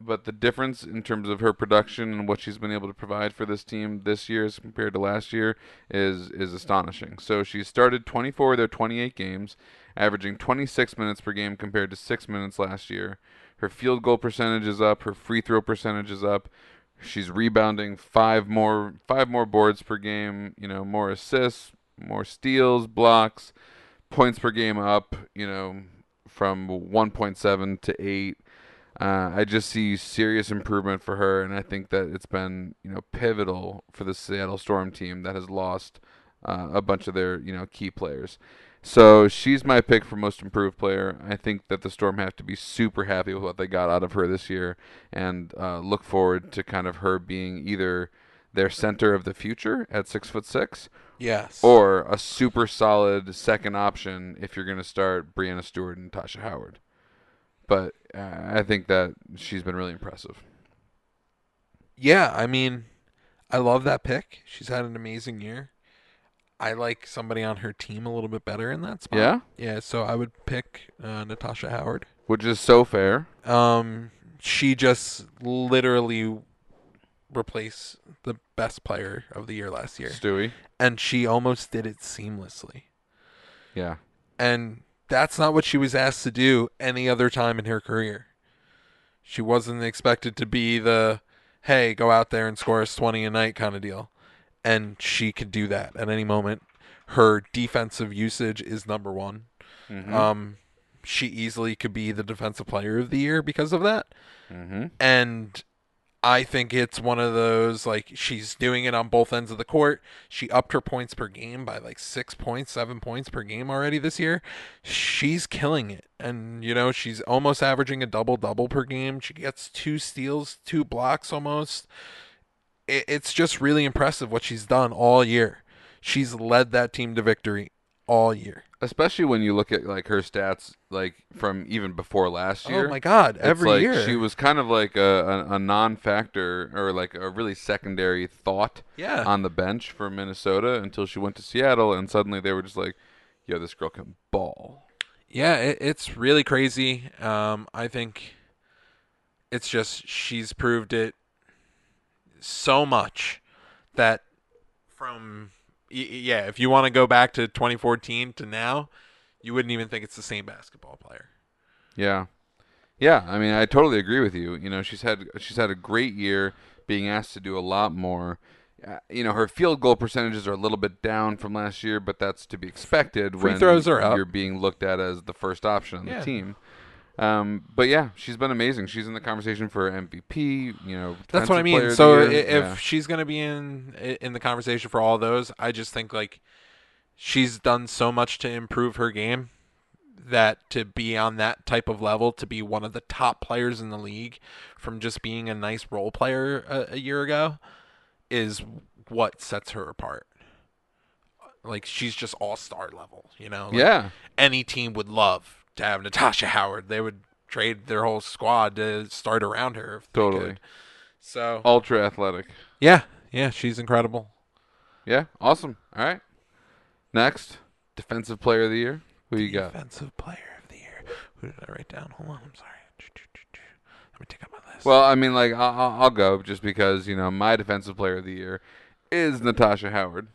S3: but the difference in terms of her production and what she's been able to provide for this team this year as compared to last year is is astonishing. So she started 24 of their 28 games, averaging 26 minutes per game compared to 6 minutes last year. Her field goal percentage is up, her free throw percentage is up. She's rebounding five more five more boards per game, you know, more assists, more steals, blocks, points per game up, you know, from 1.7 to 8. Uh, I just see serious improvement for her, and I think that it's been you know pivotal for the Seattle Storm team that has lost uh, a bunch of their you know key players. So she's my pick for most improved player. I think that the Storm have to be super happy with what they got out of her this year, and uh, look forward to kind of her being either their center of the future at six foot six,
S2: Yes.
S3: or a super solid second option if you're going to start Brianna Stewart and Tasha Howard. But uh, I think that she's been really impressive.
S2: yeah, I mean, I love that pick. She's had an amazing year. I like somebody on her team a little bit better in that spot.
S3: Yeah?
S2: Yeah. So I would pick uh, Natasha Howard.
S3: Which is so fair.
S2: Um, she just literally replaced the best player of the year last year,
S3: Stewie.
S2: and she almost did it seamlessly.
S3: Yeah.
S2: And that's not what she was asked to do any other time in her career. She wasn't expected to be the hey, go out there and score us 20 a night kind of deal. And she could do that at any moment. Her defensive usage is number one.
S3: Mm-hmm.
S2: Um, she easily could be the defensive player of the year because of that.
S3: mm-hmm.
S2: and I think it's one of those like she's doing it on both ends of the court. She upped her points per game by like six points, seven points per game already this year. She's killing it, and you know she's almost averaging a double double per game. She gets two steals, two blocks almost. It, it's just really impressive what she's done all year. She's led that team to victory all year.
S3: Especially when you look at like her stats, like from even before last year.
S2: Oh my God!
S3: It's
S2: Every
S3: like
S2: year
S3: she was kind of like a, a, a non-factor or like a really secondary thought
S2: Yeah.
S3: on the bench for Minnesota until she went to Seattle, and suddenly they were just like, "Yo, this girl can ball."
S2: Yeah, it, it's really crazy. Um, I think it's just she's proved it so much that from y- y- yeah, if you want to go back to 2014 to now, you wouldn't even think it's the same basketball player.
S3: Yeah. Yeah, I mean, I totally agree with you. You know, she's had she's had a great year being asked to do a lot more. Uh, You know, her field goal percentages are a little bit down from last year, but that's to be expected
S2: Free
S3: when
S2: throws are up.
S3: you're being looked at as the first option on
S2: Yeah.
S3: the team. Um, but yeah, she's been amazing. She's in the conversation for MVP, you know.
S2: That's what I
S3: defensive player
S2: mean.
S3: of the
S2: So i-
S3: year.
S2: if
S3: Yeah.
S2: she's gonna be in i- in the conversation for all those, I just think like she's done so much to improve her game that to be on that type of level, to be one of the top players in the league from just being a nice role player a, a year ago is what sets her apart. Like she's just all star level, you know. Like,
S3: yeah.
S2: any team would love to have Natasha Howard. They would trade their whole squad to start around her. If they
S3: Totally.
S2: could. So
S3: Ultra athletic.
S2: yeah, yeah, she's incredible.
S3: Yeah. Awesome. All right. Next, defensive player of the year. Who you got?
S2: Defensive player of the year. Who did I write down? Hold on, I'm sorry. Let me take out my list.
S3: Well, I mean, like I'll, I'll- I'll go just because you know my defensive player of the year is Natasha Howard,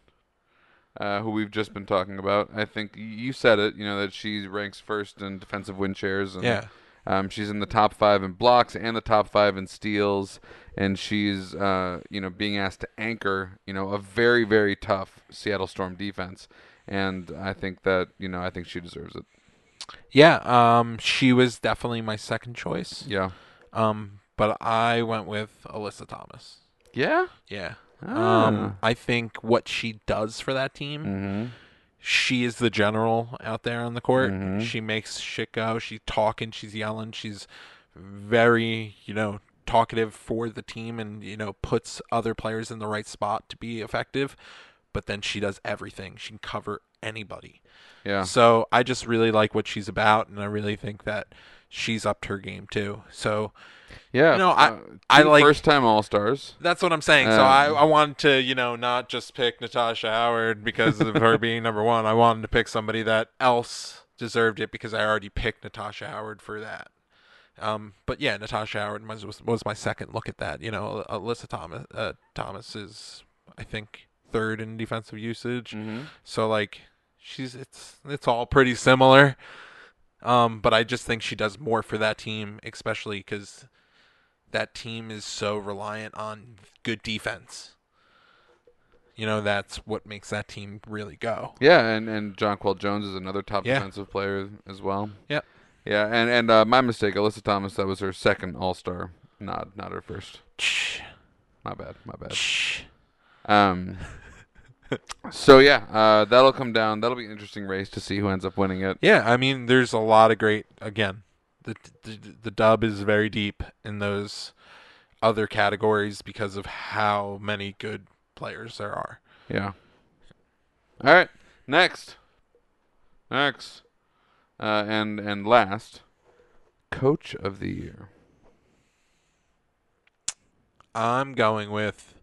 S3: uh, who we've just been talking about. I think y- you said it. You know that she ranks first in defensive win shares. And,
S2: yeah,
S3: Um, she's in the top five in blocks and the top five in steals, and she's uh, you know being asked to anchor you know a very very tough Seattle Storm defense, and I think that you know I think she deserves it.
S2: yeah. Um, she was definitely my second choice.
S3: Yeah.
S2: Um, but I went with Alyssa Thomas.
S3: Yeah.
S2: Yeah.
S3: Ah.
S2: Um, I think what she does for that team,
S3: Mhm.
S2: she is the general out there on the court.
S3: Mhm.
S2: She makes shit go. She's talking. She's yelling. She's very, you know, talkative for the team, and you know, puts other players in the right spot to be effective. But then she does everything. She can cover anybody.
S3: Yeah.
S2: So I just really like what she's about, and I really think that she's upped her game too. So
S3: Yeah. Uh,
S2: No, I-
S3: two
S2: I like-
S3: first time All Stars.
S2: That's what I'm saying. so
S3: Um,
S2: I, I wanted to, you know, not just pick Natasha Howard because of her being number one. I wanted to pick somebody that else deserved it because I already picked Natasha Howard for that. Um, but yeah, Natasha Howard was was- was my second look at that. You know, Al- Alyssa Thomas uh, Thomas is I think third in defensive usage.
S3: Mm-hmm.
S2: So like she's it's it's all pretty similar. Um but I just think she does more for that team especially cuz that team is so reliant on good defense. You know, that's what makes that team really go.
S3: Yeah, and and Jonquil Jones is another top
S2: Yeah.
S3: defensive player as well.
S2: Yep.
S3: Yeah, and and uh, my mistake, Alyssa Thomas. That was her second All Star, not not her first.
S2: Shh,
S3: My bad, my bad.
S2: shh.
S3: [laughs] Um. so yeah, uh, that'll come down. That'll be an interesting race to see who ends up winning it.
S2: Yeah, I mean there's a lot of great again. The the, the dub is very deep in those other categories because of how many good players there are.
S3: Yeah. All right. Next. Next. Uh, and and last, coach of the year.
S2: I'm going with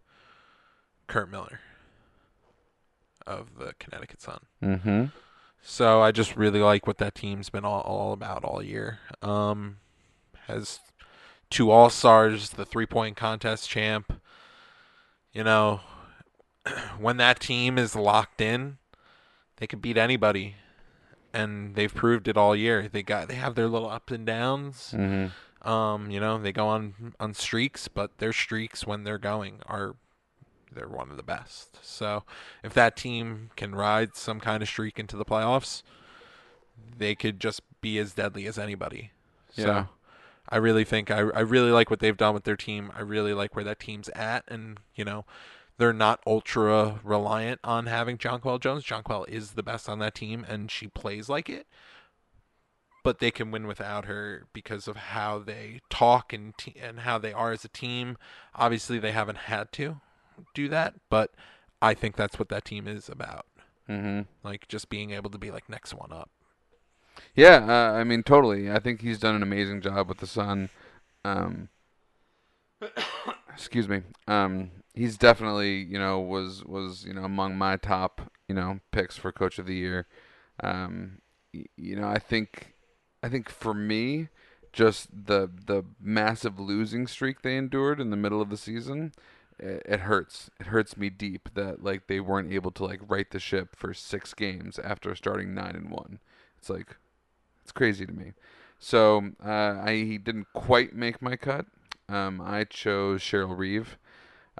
S2: Kurt Miller of the Connecticut Sun.
S3: Mm-hmm.
S2: So I just really like what that team's been all, all about all year. Um, has two All Stars, the three point contest champ. You know, [clears throat] when that team is locked in, they could beat anybody, and they've proved it all year. They got they have their little ups and downs.
S3: Mm-hmm.
S2: Um, you know, they go on on streaks, but their streaks when they're going are they're one of the best. So if that team can ride some kind of streak into the playoffs, they could just be as deadly as anybody.
S3: Yeah.
S2: So I really think I I really like what they've done with their team. I really like where that team's at and, you know, they're not ultra reliant on having Jonquel Jones. Jonquel is the best on that team and she plays like it but they can win without her because of how they talk and te- and how they are as a team. Obviously, they haven't had to do that, but I think that's what that team is about.
S3: Mm-hmm.
S2: Like just being able to be like next one up.
S3: Yeah, uh, I mean, totally. I think he's done an amazing job with the Sun. Um, excuse me. Um, he's definitely, you know, was was you know among my top, you know, picks for Coach of the Year. Um, y- you know, I think, I think for me, just the the massive losing streak they endured in the middle of the season, it, it hurts. It hurts me deep that like they weren't able to like right the ship for six games after starting nine and one. It's like it's crazy to me. So uh, I he didn't quite make my cut. Um, I chose Cheryl Reeve,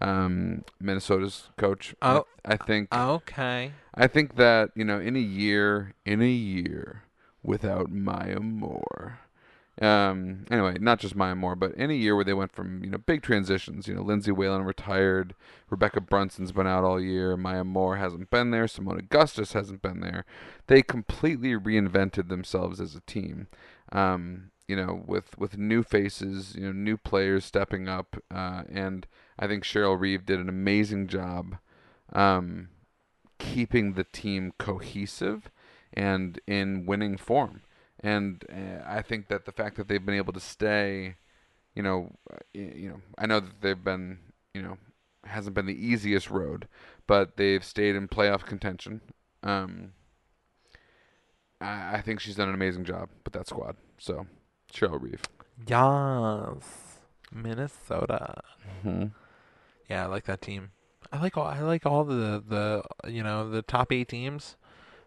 S3: um, Minnesota's coach. I-
S2: Oh.
S3: I, think
S2: Okay.
S3: I think that you know in a year in a year without Maya Moore, Um, anyway, not just Maya Moore, but any year where they went from you know big transitions. You know, Lindsay Whalen retired, Rebecca Brunson's been out all year, Maya Moore hasn't been there, Simone Augustus hasn't been there. They completely reinvented themselves as a team. Um, you know, with with new faces, you know, new players stepping up, uh, and I think Cheryl Reeve did an amazing job um, keeping the team cohesive and in winning form. And uh, I think that the fact that they've been able to stay, you know, uh, y- you know, I know that they've been, you know, hasn't been the easiest road, but they've stayed in playoff contention. Um, I, I think she's done an amazing job with that squad. So, Cheryl Reeve.
S2: Yes, Minnesota. Yeah, I like that team. I like all I like all the the you know the top eight teams.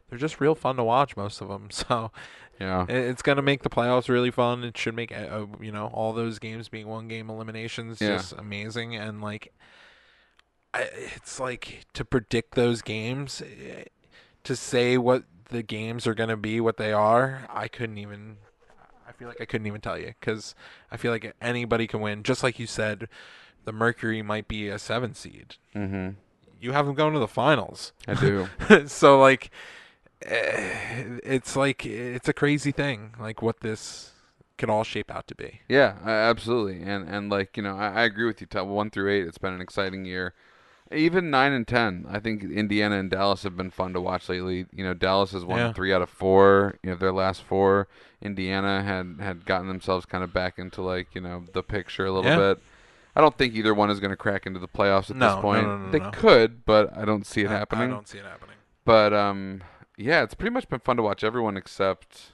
S2: They're just real fun to watch, most of them. [laughs] So
S3: Yeah.
S2: i- it's gonna make the playoffs really fun. It should make uh, uh, you know all those games being one game eliminations
S3: Yeah.
S2: just amazing. And like, I, it's like to predict those games, eh, to say what the games are gonna be, what they are. I couldn't even. I feel like I couldn't even tell you because I feel like anybody can win. Just like you said, the Mercury might be a seven seed.
S3: Mm-hmm.
S2: You have them going to the finals.
S3: I do.
S2: [laughs] so like eh, it's like it's a crazy thing like what this can all shape out to be
S3: Yeah, a- absolutely. And and like you know, I, I agree with you. Top one through eight, it's been an exciting year. Even nine and ten, I think Indiana and Dallas have been fun to watch lately. You know, Dallas has won
S2: Yeah.
S3: three out of four. You know, their last four. Indiana had had gotten themselves kind of back into like you know the picture a little
S2: Yeah.
S3: bit. I don't think either one is going to crack into the playoffs at
S2: No,
S3: this
S2: no,
S3: point.
S2: no, no,
S3: they
S2: no.
S3: could, but I don't see it
S2: I- I,
S3: happening.
S2: don't see it happening
S3: But um, yeah, it's pretty much been fun to watch everyone except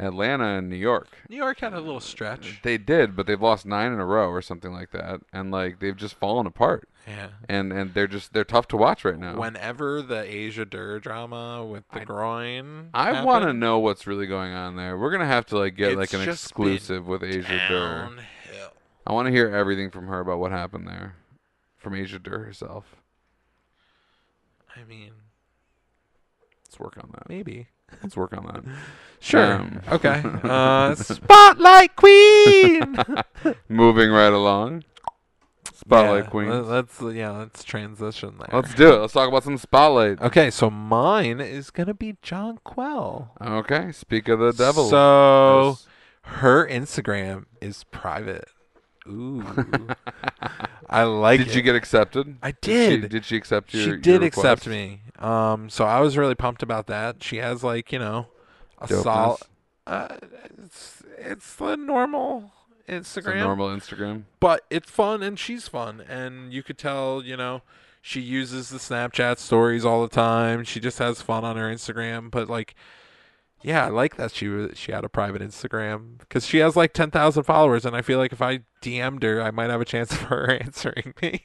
S3: Atlanta and New York.
S2: new york had a little stretch
S3: They did, but they've lost nine in a row or something like that, and like they've just fallen apart,
S2: yeah
S3: and and they're just they're tough to watch right now.
S2: whenever the asia dur drama with the
S3: I-
S2: groin
S3: I want to
S2: happened,
S3: know what's really going on there. We're gonna have to like get like
S2: It's
S3: an
S2: just been
S3: exclusive with Asia Dur.
S2: downhill.
S3: I want to hear everything from her about what happened there, from Asia Dur herself.
S2: i mean
S3: Let's work on that.
S2: maybe
S3: Let's work on that.
S2: [laughs] sure
S3: Um. [laughs]
S2: okay uh spotlight queen
S3: Moving right along. [laughs] Spotlight
S2: Yeah,
S3: Queen.
S2: let- let's yeah let's transition there
S3: Let's do it. Let's talk about some spotlight.
S2: okay so mine is gonna be john quell
S3: Okay. Speak of the devil.
S2: So her Instagram is private. Ooh, [laughs]
S3: [laughs]
S2: I like.
S3: did you
S2: it.
S3: get accepted?
S2: I
S3: She-
S2: did.
S3: did she accept your?
S2: she
S3: your
S2: did accept
S3: request?
S2: me. Um, so I was really pumped about that. She has like you know a
S3: Dopeness.
S2: solid. Uh, it's it's the normal
S3: It's a
S2: Instagram,
S3: normal Instagram.
S2: but it's fun and she's fun, and you could tell you know she uses the Snapchat stories all the time. She just has fun on her Instagram, but like yeah, I like that she was she had a private Instagram because she has like ten thousand followers, and I feel like if I DM'd her, I might have a chance [laughs] of her answering me.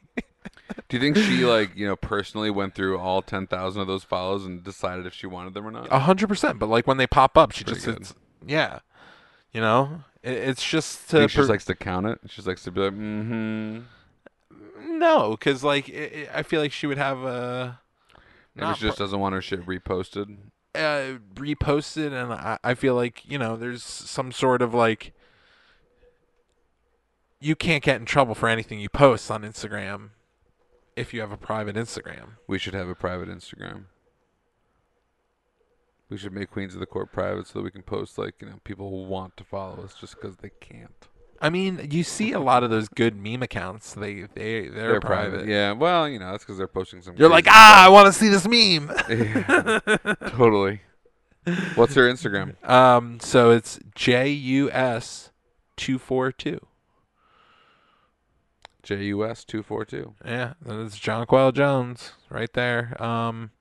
S3: Do you think
S2: [sighs]
S3: she like you know personally went through all ten thousand of those follows and decided if she wanted them or not?
S2: A hundred percent, but like when they pop up, she
S3: Pretty
S2: just
S3: good.
S2: it's, yeah, you know, it, it's just
S3: I
S2: to
S3: think she just
S2: per-
S3: likes to count it. She just likes to be like, mm-hmm.
S2: no, because like it, it- I feel like she would have a
S3: Maybe
S2: not
S3: she just doesn't want her shit reposted.
S2: uh, reposted, and I, I feel like you know there's some sort of like you can't get in trouble for anything you post on Instagram if you have a private Instagram.
S3: We should have a private Instagram. We should make Queens of the Court private so that we can post like you know people who want to follow us just because they can't.
S2: I mean, you see a lot of those good meme accounts. They they they're, private.
S3: Yeah. Well, you know that's because they're posting some.
S2: You're like,
S3: crazy
S2: ah, I want to see this meme. [laughs]
S3: Yeah, [laughs] totally. What's her Instagram?
S2: Um, so it's J U S two four two.
S3: JUS two four two.
S2: Yeah, and it's Jonquil Jones right there. Um,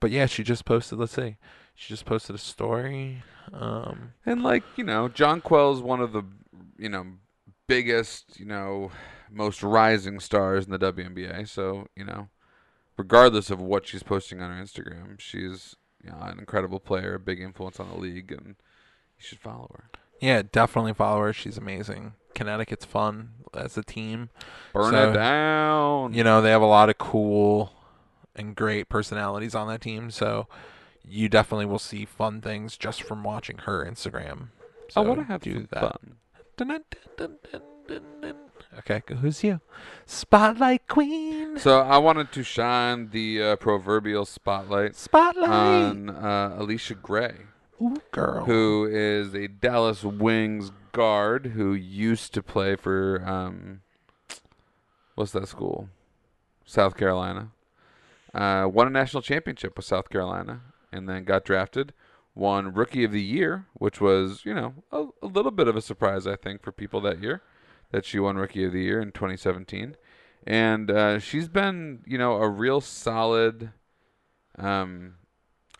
S2: but yeah, she just posted. Let's see, she just posted a story. Um,
S3: And like you know, John Quell's one of the you know biggest you know most rising stars in the WNBA. So you know, regardless of what she's posting on her Instagram, she's you know, an incredible player, a big influence on the league, and you should follow her.
S2: yeah, definitely follow her. She's amazing. Connecticut's fun as a team.
S3: Burn
S2: So-
S3: it down.
S2: You know, they have a lot of cool and great personalities on that team. So you definitely will see fun things just from watching her Instagram. So
S4: I want to have
S2: do
S4: some
S2: that.
S4: fun.
S2: Okay, who's you? Spotlight Queen.
S3: So I wanted to shine the uh, proverbial spotlight
S2: Spotlight.
S4: um,
S3: on uh, Alicia Gray.
S2: Ooh, girl.
S3: who is a Dallas Wings guard who used to play for um, what's that school? South Carolina. Uh, won a national championship with South Carolina, and then got drafted. Won Rookie of the Year, which was you know a, a little bit of a surprise I think for people that year that she won Rookie of the Year in 2017, and uh, she's been you know a real solid. Um,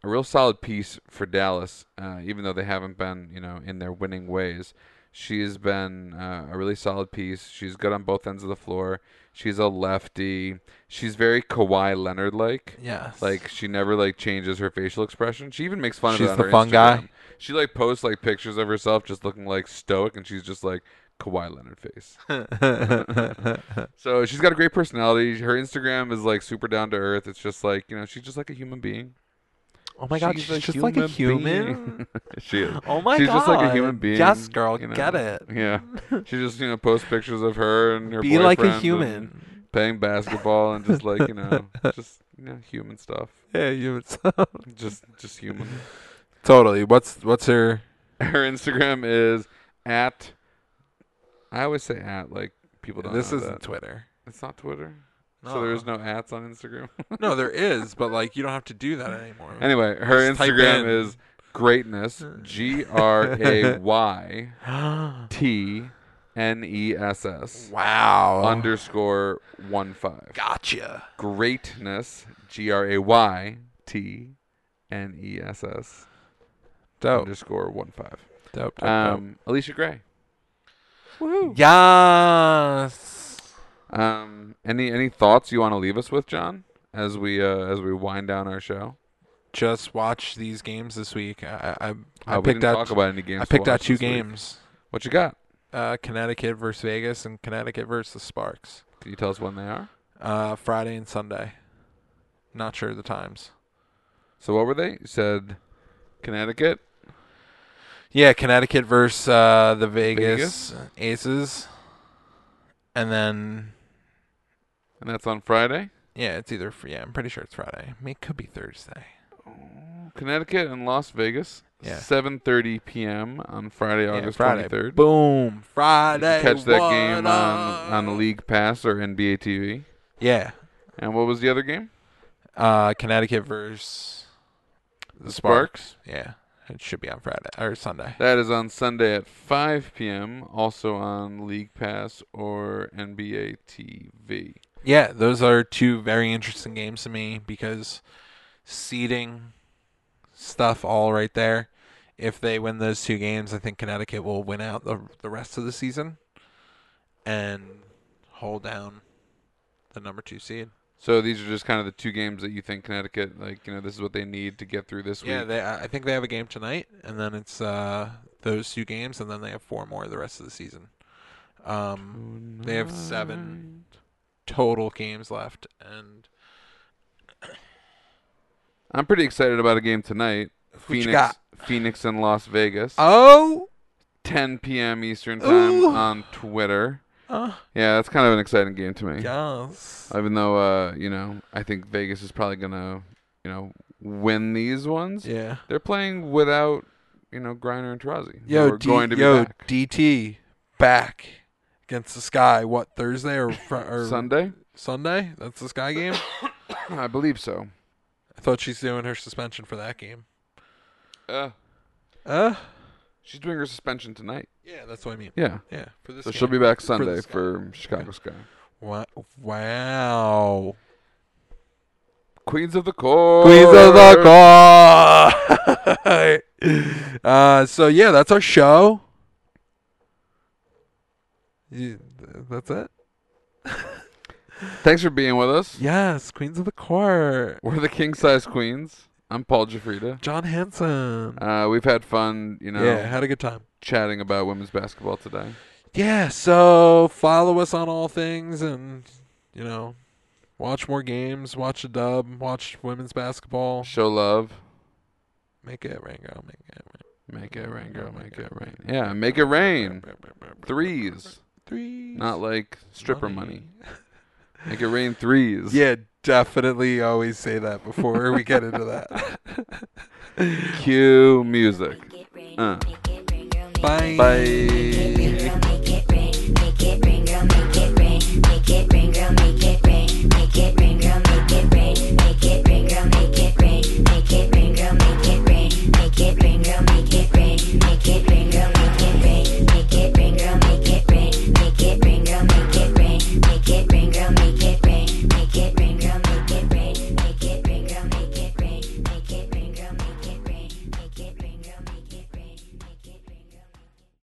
S3: a real solid piece for Dallas, uh, even though they haven't been, you know, in their winning ways. She's been uh, a really solid piece. She's good on both ends of the floor. She's a lefty. She's very Kawhi Leonard like. [laughs]
S2: Yes.
S3: Like she never like changes her facial expression. She even makes fun of
S2: She's
S3: it. on
S2: the
S3: her
S2: fun guy.
S3: Instagram. She like posts like pictures of herself just looking like stoic, and she's just like Kawhi Leonard face.
S2: [laughs] oh
S3: So she's got a great personality. Her Instagram is like super down to earth. It's just like you know she's just like a human being.
S2: oh my god, she's, just like a human.
S3: being. she is.
S2: [laughs] Oh my
S3: she's
S2: god.
S3: just like a human being.
S2: Yes, girl,
S3: you know.
S2: get it. [laughs]
S3: Yeah. She just, you know, posts pictures of her and her
S2: Be like
S3: boyfriend
S2: a
S3: and
S2: human.
S3: playing basketball and just like, you know,
S2: [laughs]
S3: just you know, human stuff.
S2: Yeah, human.
S3: Just just human.
S2: [laughs] totally. What's what's her?
S3: Her Instagram is at I always say at like people don't
S2: This
S3: know
S2: isn't
S3: that.
S2: Twitter.
S3: it's not Twitter. So there is no ats on
S2: [laughs]
S3: Instagram. [laughs]
S2: no, there is, but like you don't have to do that anymore. [gasps]
S3: anyway, her
S2: Just type
S3: Instagram
S2: in.
S3: is
S2: [laughs]
S3: greatness G R A Y T N E S S
S2: wow.
S3: underscore one five.
S2: Gotcha.
S3: Greatness G R A Y T N E S S
S2: Dope.
S3: underscore one five.
S2: Dope. dope,
S3: Um, Alicia Gray.
S2: dope. Yes.
S3: Um, any any thoughts you want to leave us with, John, as we uh, as we wind down our show?
S2: Just watch these games this week. I I, I
S3: Uh, we
S2: picked
S3: didn't
S2: out
S3: talk about any games.
S2: I
S3: to
S2: picked out
S3: watch
S2: two
S3: this week.
S2: games.
S3: What you got?
S2: Uh, Connecticut versus Vegas and Connecticut versus the Sparks.
S3: Can you tell us when they are?
S2: Uh, Friday and Sunday. Not sure of the times.
S3: So what were they? You said Connecticut.
S2: Yeah, Connecticut versus uh, the Vegas,
S3: Vegas?
S2: Aces. And then
S3: And that's on Friday.
S2: yeah, it's either fr- yeah, I'm pretty sure it's Friday. I mean, it could be Thursday.
S3: Connecticut and Las Vegas.
S2: Yeah.
S3: 7:30 p.m. on Friday,
S2: Yeah,
S3: August
S2: Friday.
S3: 23rd.
S2: Boom,
S3: You
S2: Friday.
S3: can catch that
S2: what
S3: game on,
S2: up?
S3: on the League Pass or NBA TV.
S2: Yeah,
S3: And what was the other game?
S2: uh, Connecticut versus the
S3: Sparks.
S2: Yeah, it should be on Friday or Sunday.
S3: That is on Sunday at 5 p.m. Also on League Pass or NBA TV.
S2: Yeah, those are two very interesting games to me because seeding stuff all right there. If they win those two games, I think Connecticut will win out the the rest of the season and hold down the number two seed.
S3: So these are just kind of the two games that you think Connecticut, like you know, this is what they need to get through this
S2: Yeah,
S3: week.
S2: they, I I think they have a game tonight, and then it's uh, those two games, and then they have four more the rest of the season. Um, they have seven. total games left, and
S3: I'm pretty excited about a game tonight.
S2: What you
S3: Phoenix,
S2: got?
S3: Phoenix and Las Vegas.
S2: oh,
S3: 10 p.m. Eastern time
S2: Ooh.
S3: on Twitter.
S2: uh,
S3: Yeah, that's kind of an exciting game to me.
S2: yes,
S3: Even though, uh, you know, I think Vegas is probably gonna, you know, win these ones.
S2: yeah.
S3: They're playing without, you know, Griner and Tarazi. who
S2: Yo,
S3: are
S2: D-
S3: going to be
S2: yo,
S3: back.
S2: DT back against the sky. What Thursday or, fr-
S3: er,
S2: or
S3: Sunday,
S2: Sunday? That's the sky game.
S3: I believe so.
S2: I thought she's doing her suspension for that game.
S3: Uh,
S2: Uh,
S3: she's doing her suspension tonight.
S2: yeah, that's what I mean.
S3: Yeah,
S2: Yeah, for this.
S3: so
S2: game.
S3: she'll be back
S2: For the
S3: Sunday
S2: Sky.
S3: for, Chicago Sky.
S2: Wa- Wow.
S3: Queens of the Court.
S2: Queens of the Court. [laughs] uh, so yeah, that's our show. You, th- that's it.
S3: Thanks for being with us.
S2: Yes, Queens of the Court.
S3: We're the King Size Queens. I'm Paul Jafrida.
S2: John Hanson.
S3: Uh, we've had fun, you know,
S2: Yeah, had a good time.
S3: chatting about women's basketball today.
S2: yeah, so follow us on all things and, you know, watch more games, watch the dub, watch women's basketball.
S3: Show love.
S2: Make it Rango, make it Rango. Make it rain, girl. Make it rain.
S3: Yeah, make it rain. Threes.
S2: Threes.
S3: Not like stripper money. Make it rain threes.
S2: Yeah, definitely always say that before we get into that.
S3: Cue music.
S1: Make it rain,
S3: Uh.
S1: make it rain, girl, make it
S2: Bye.
S1: rain.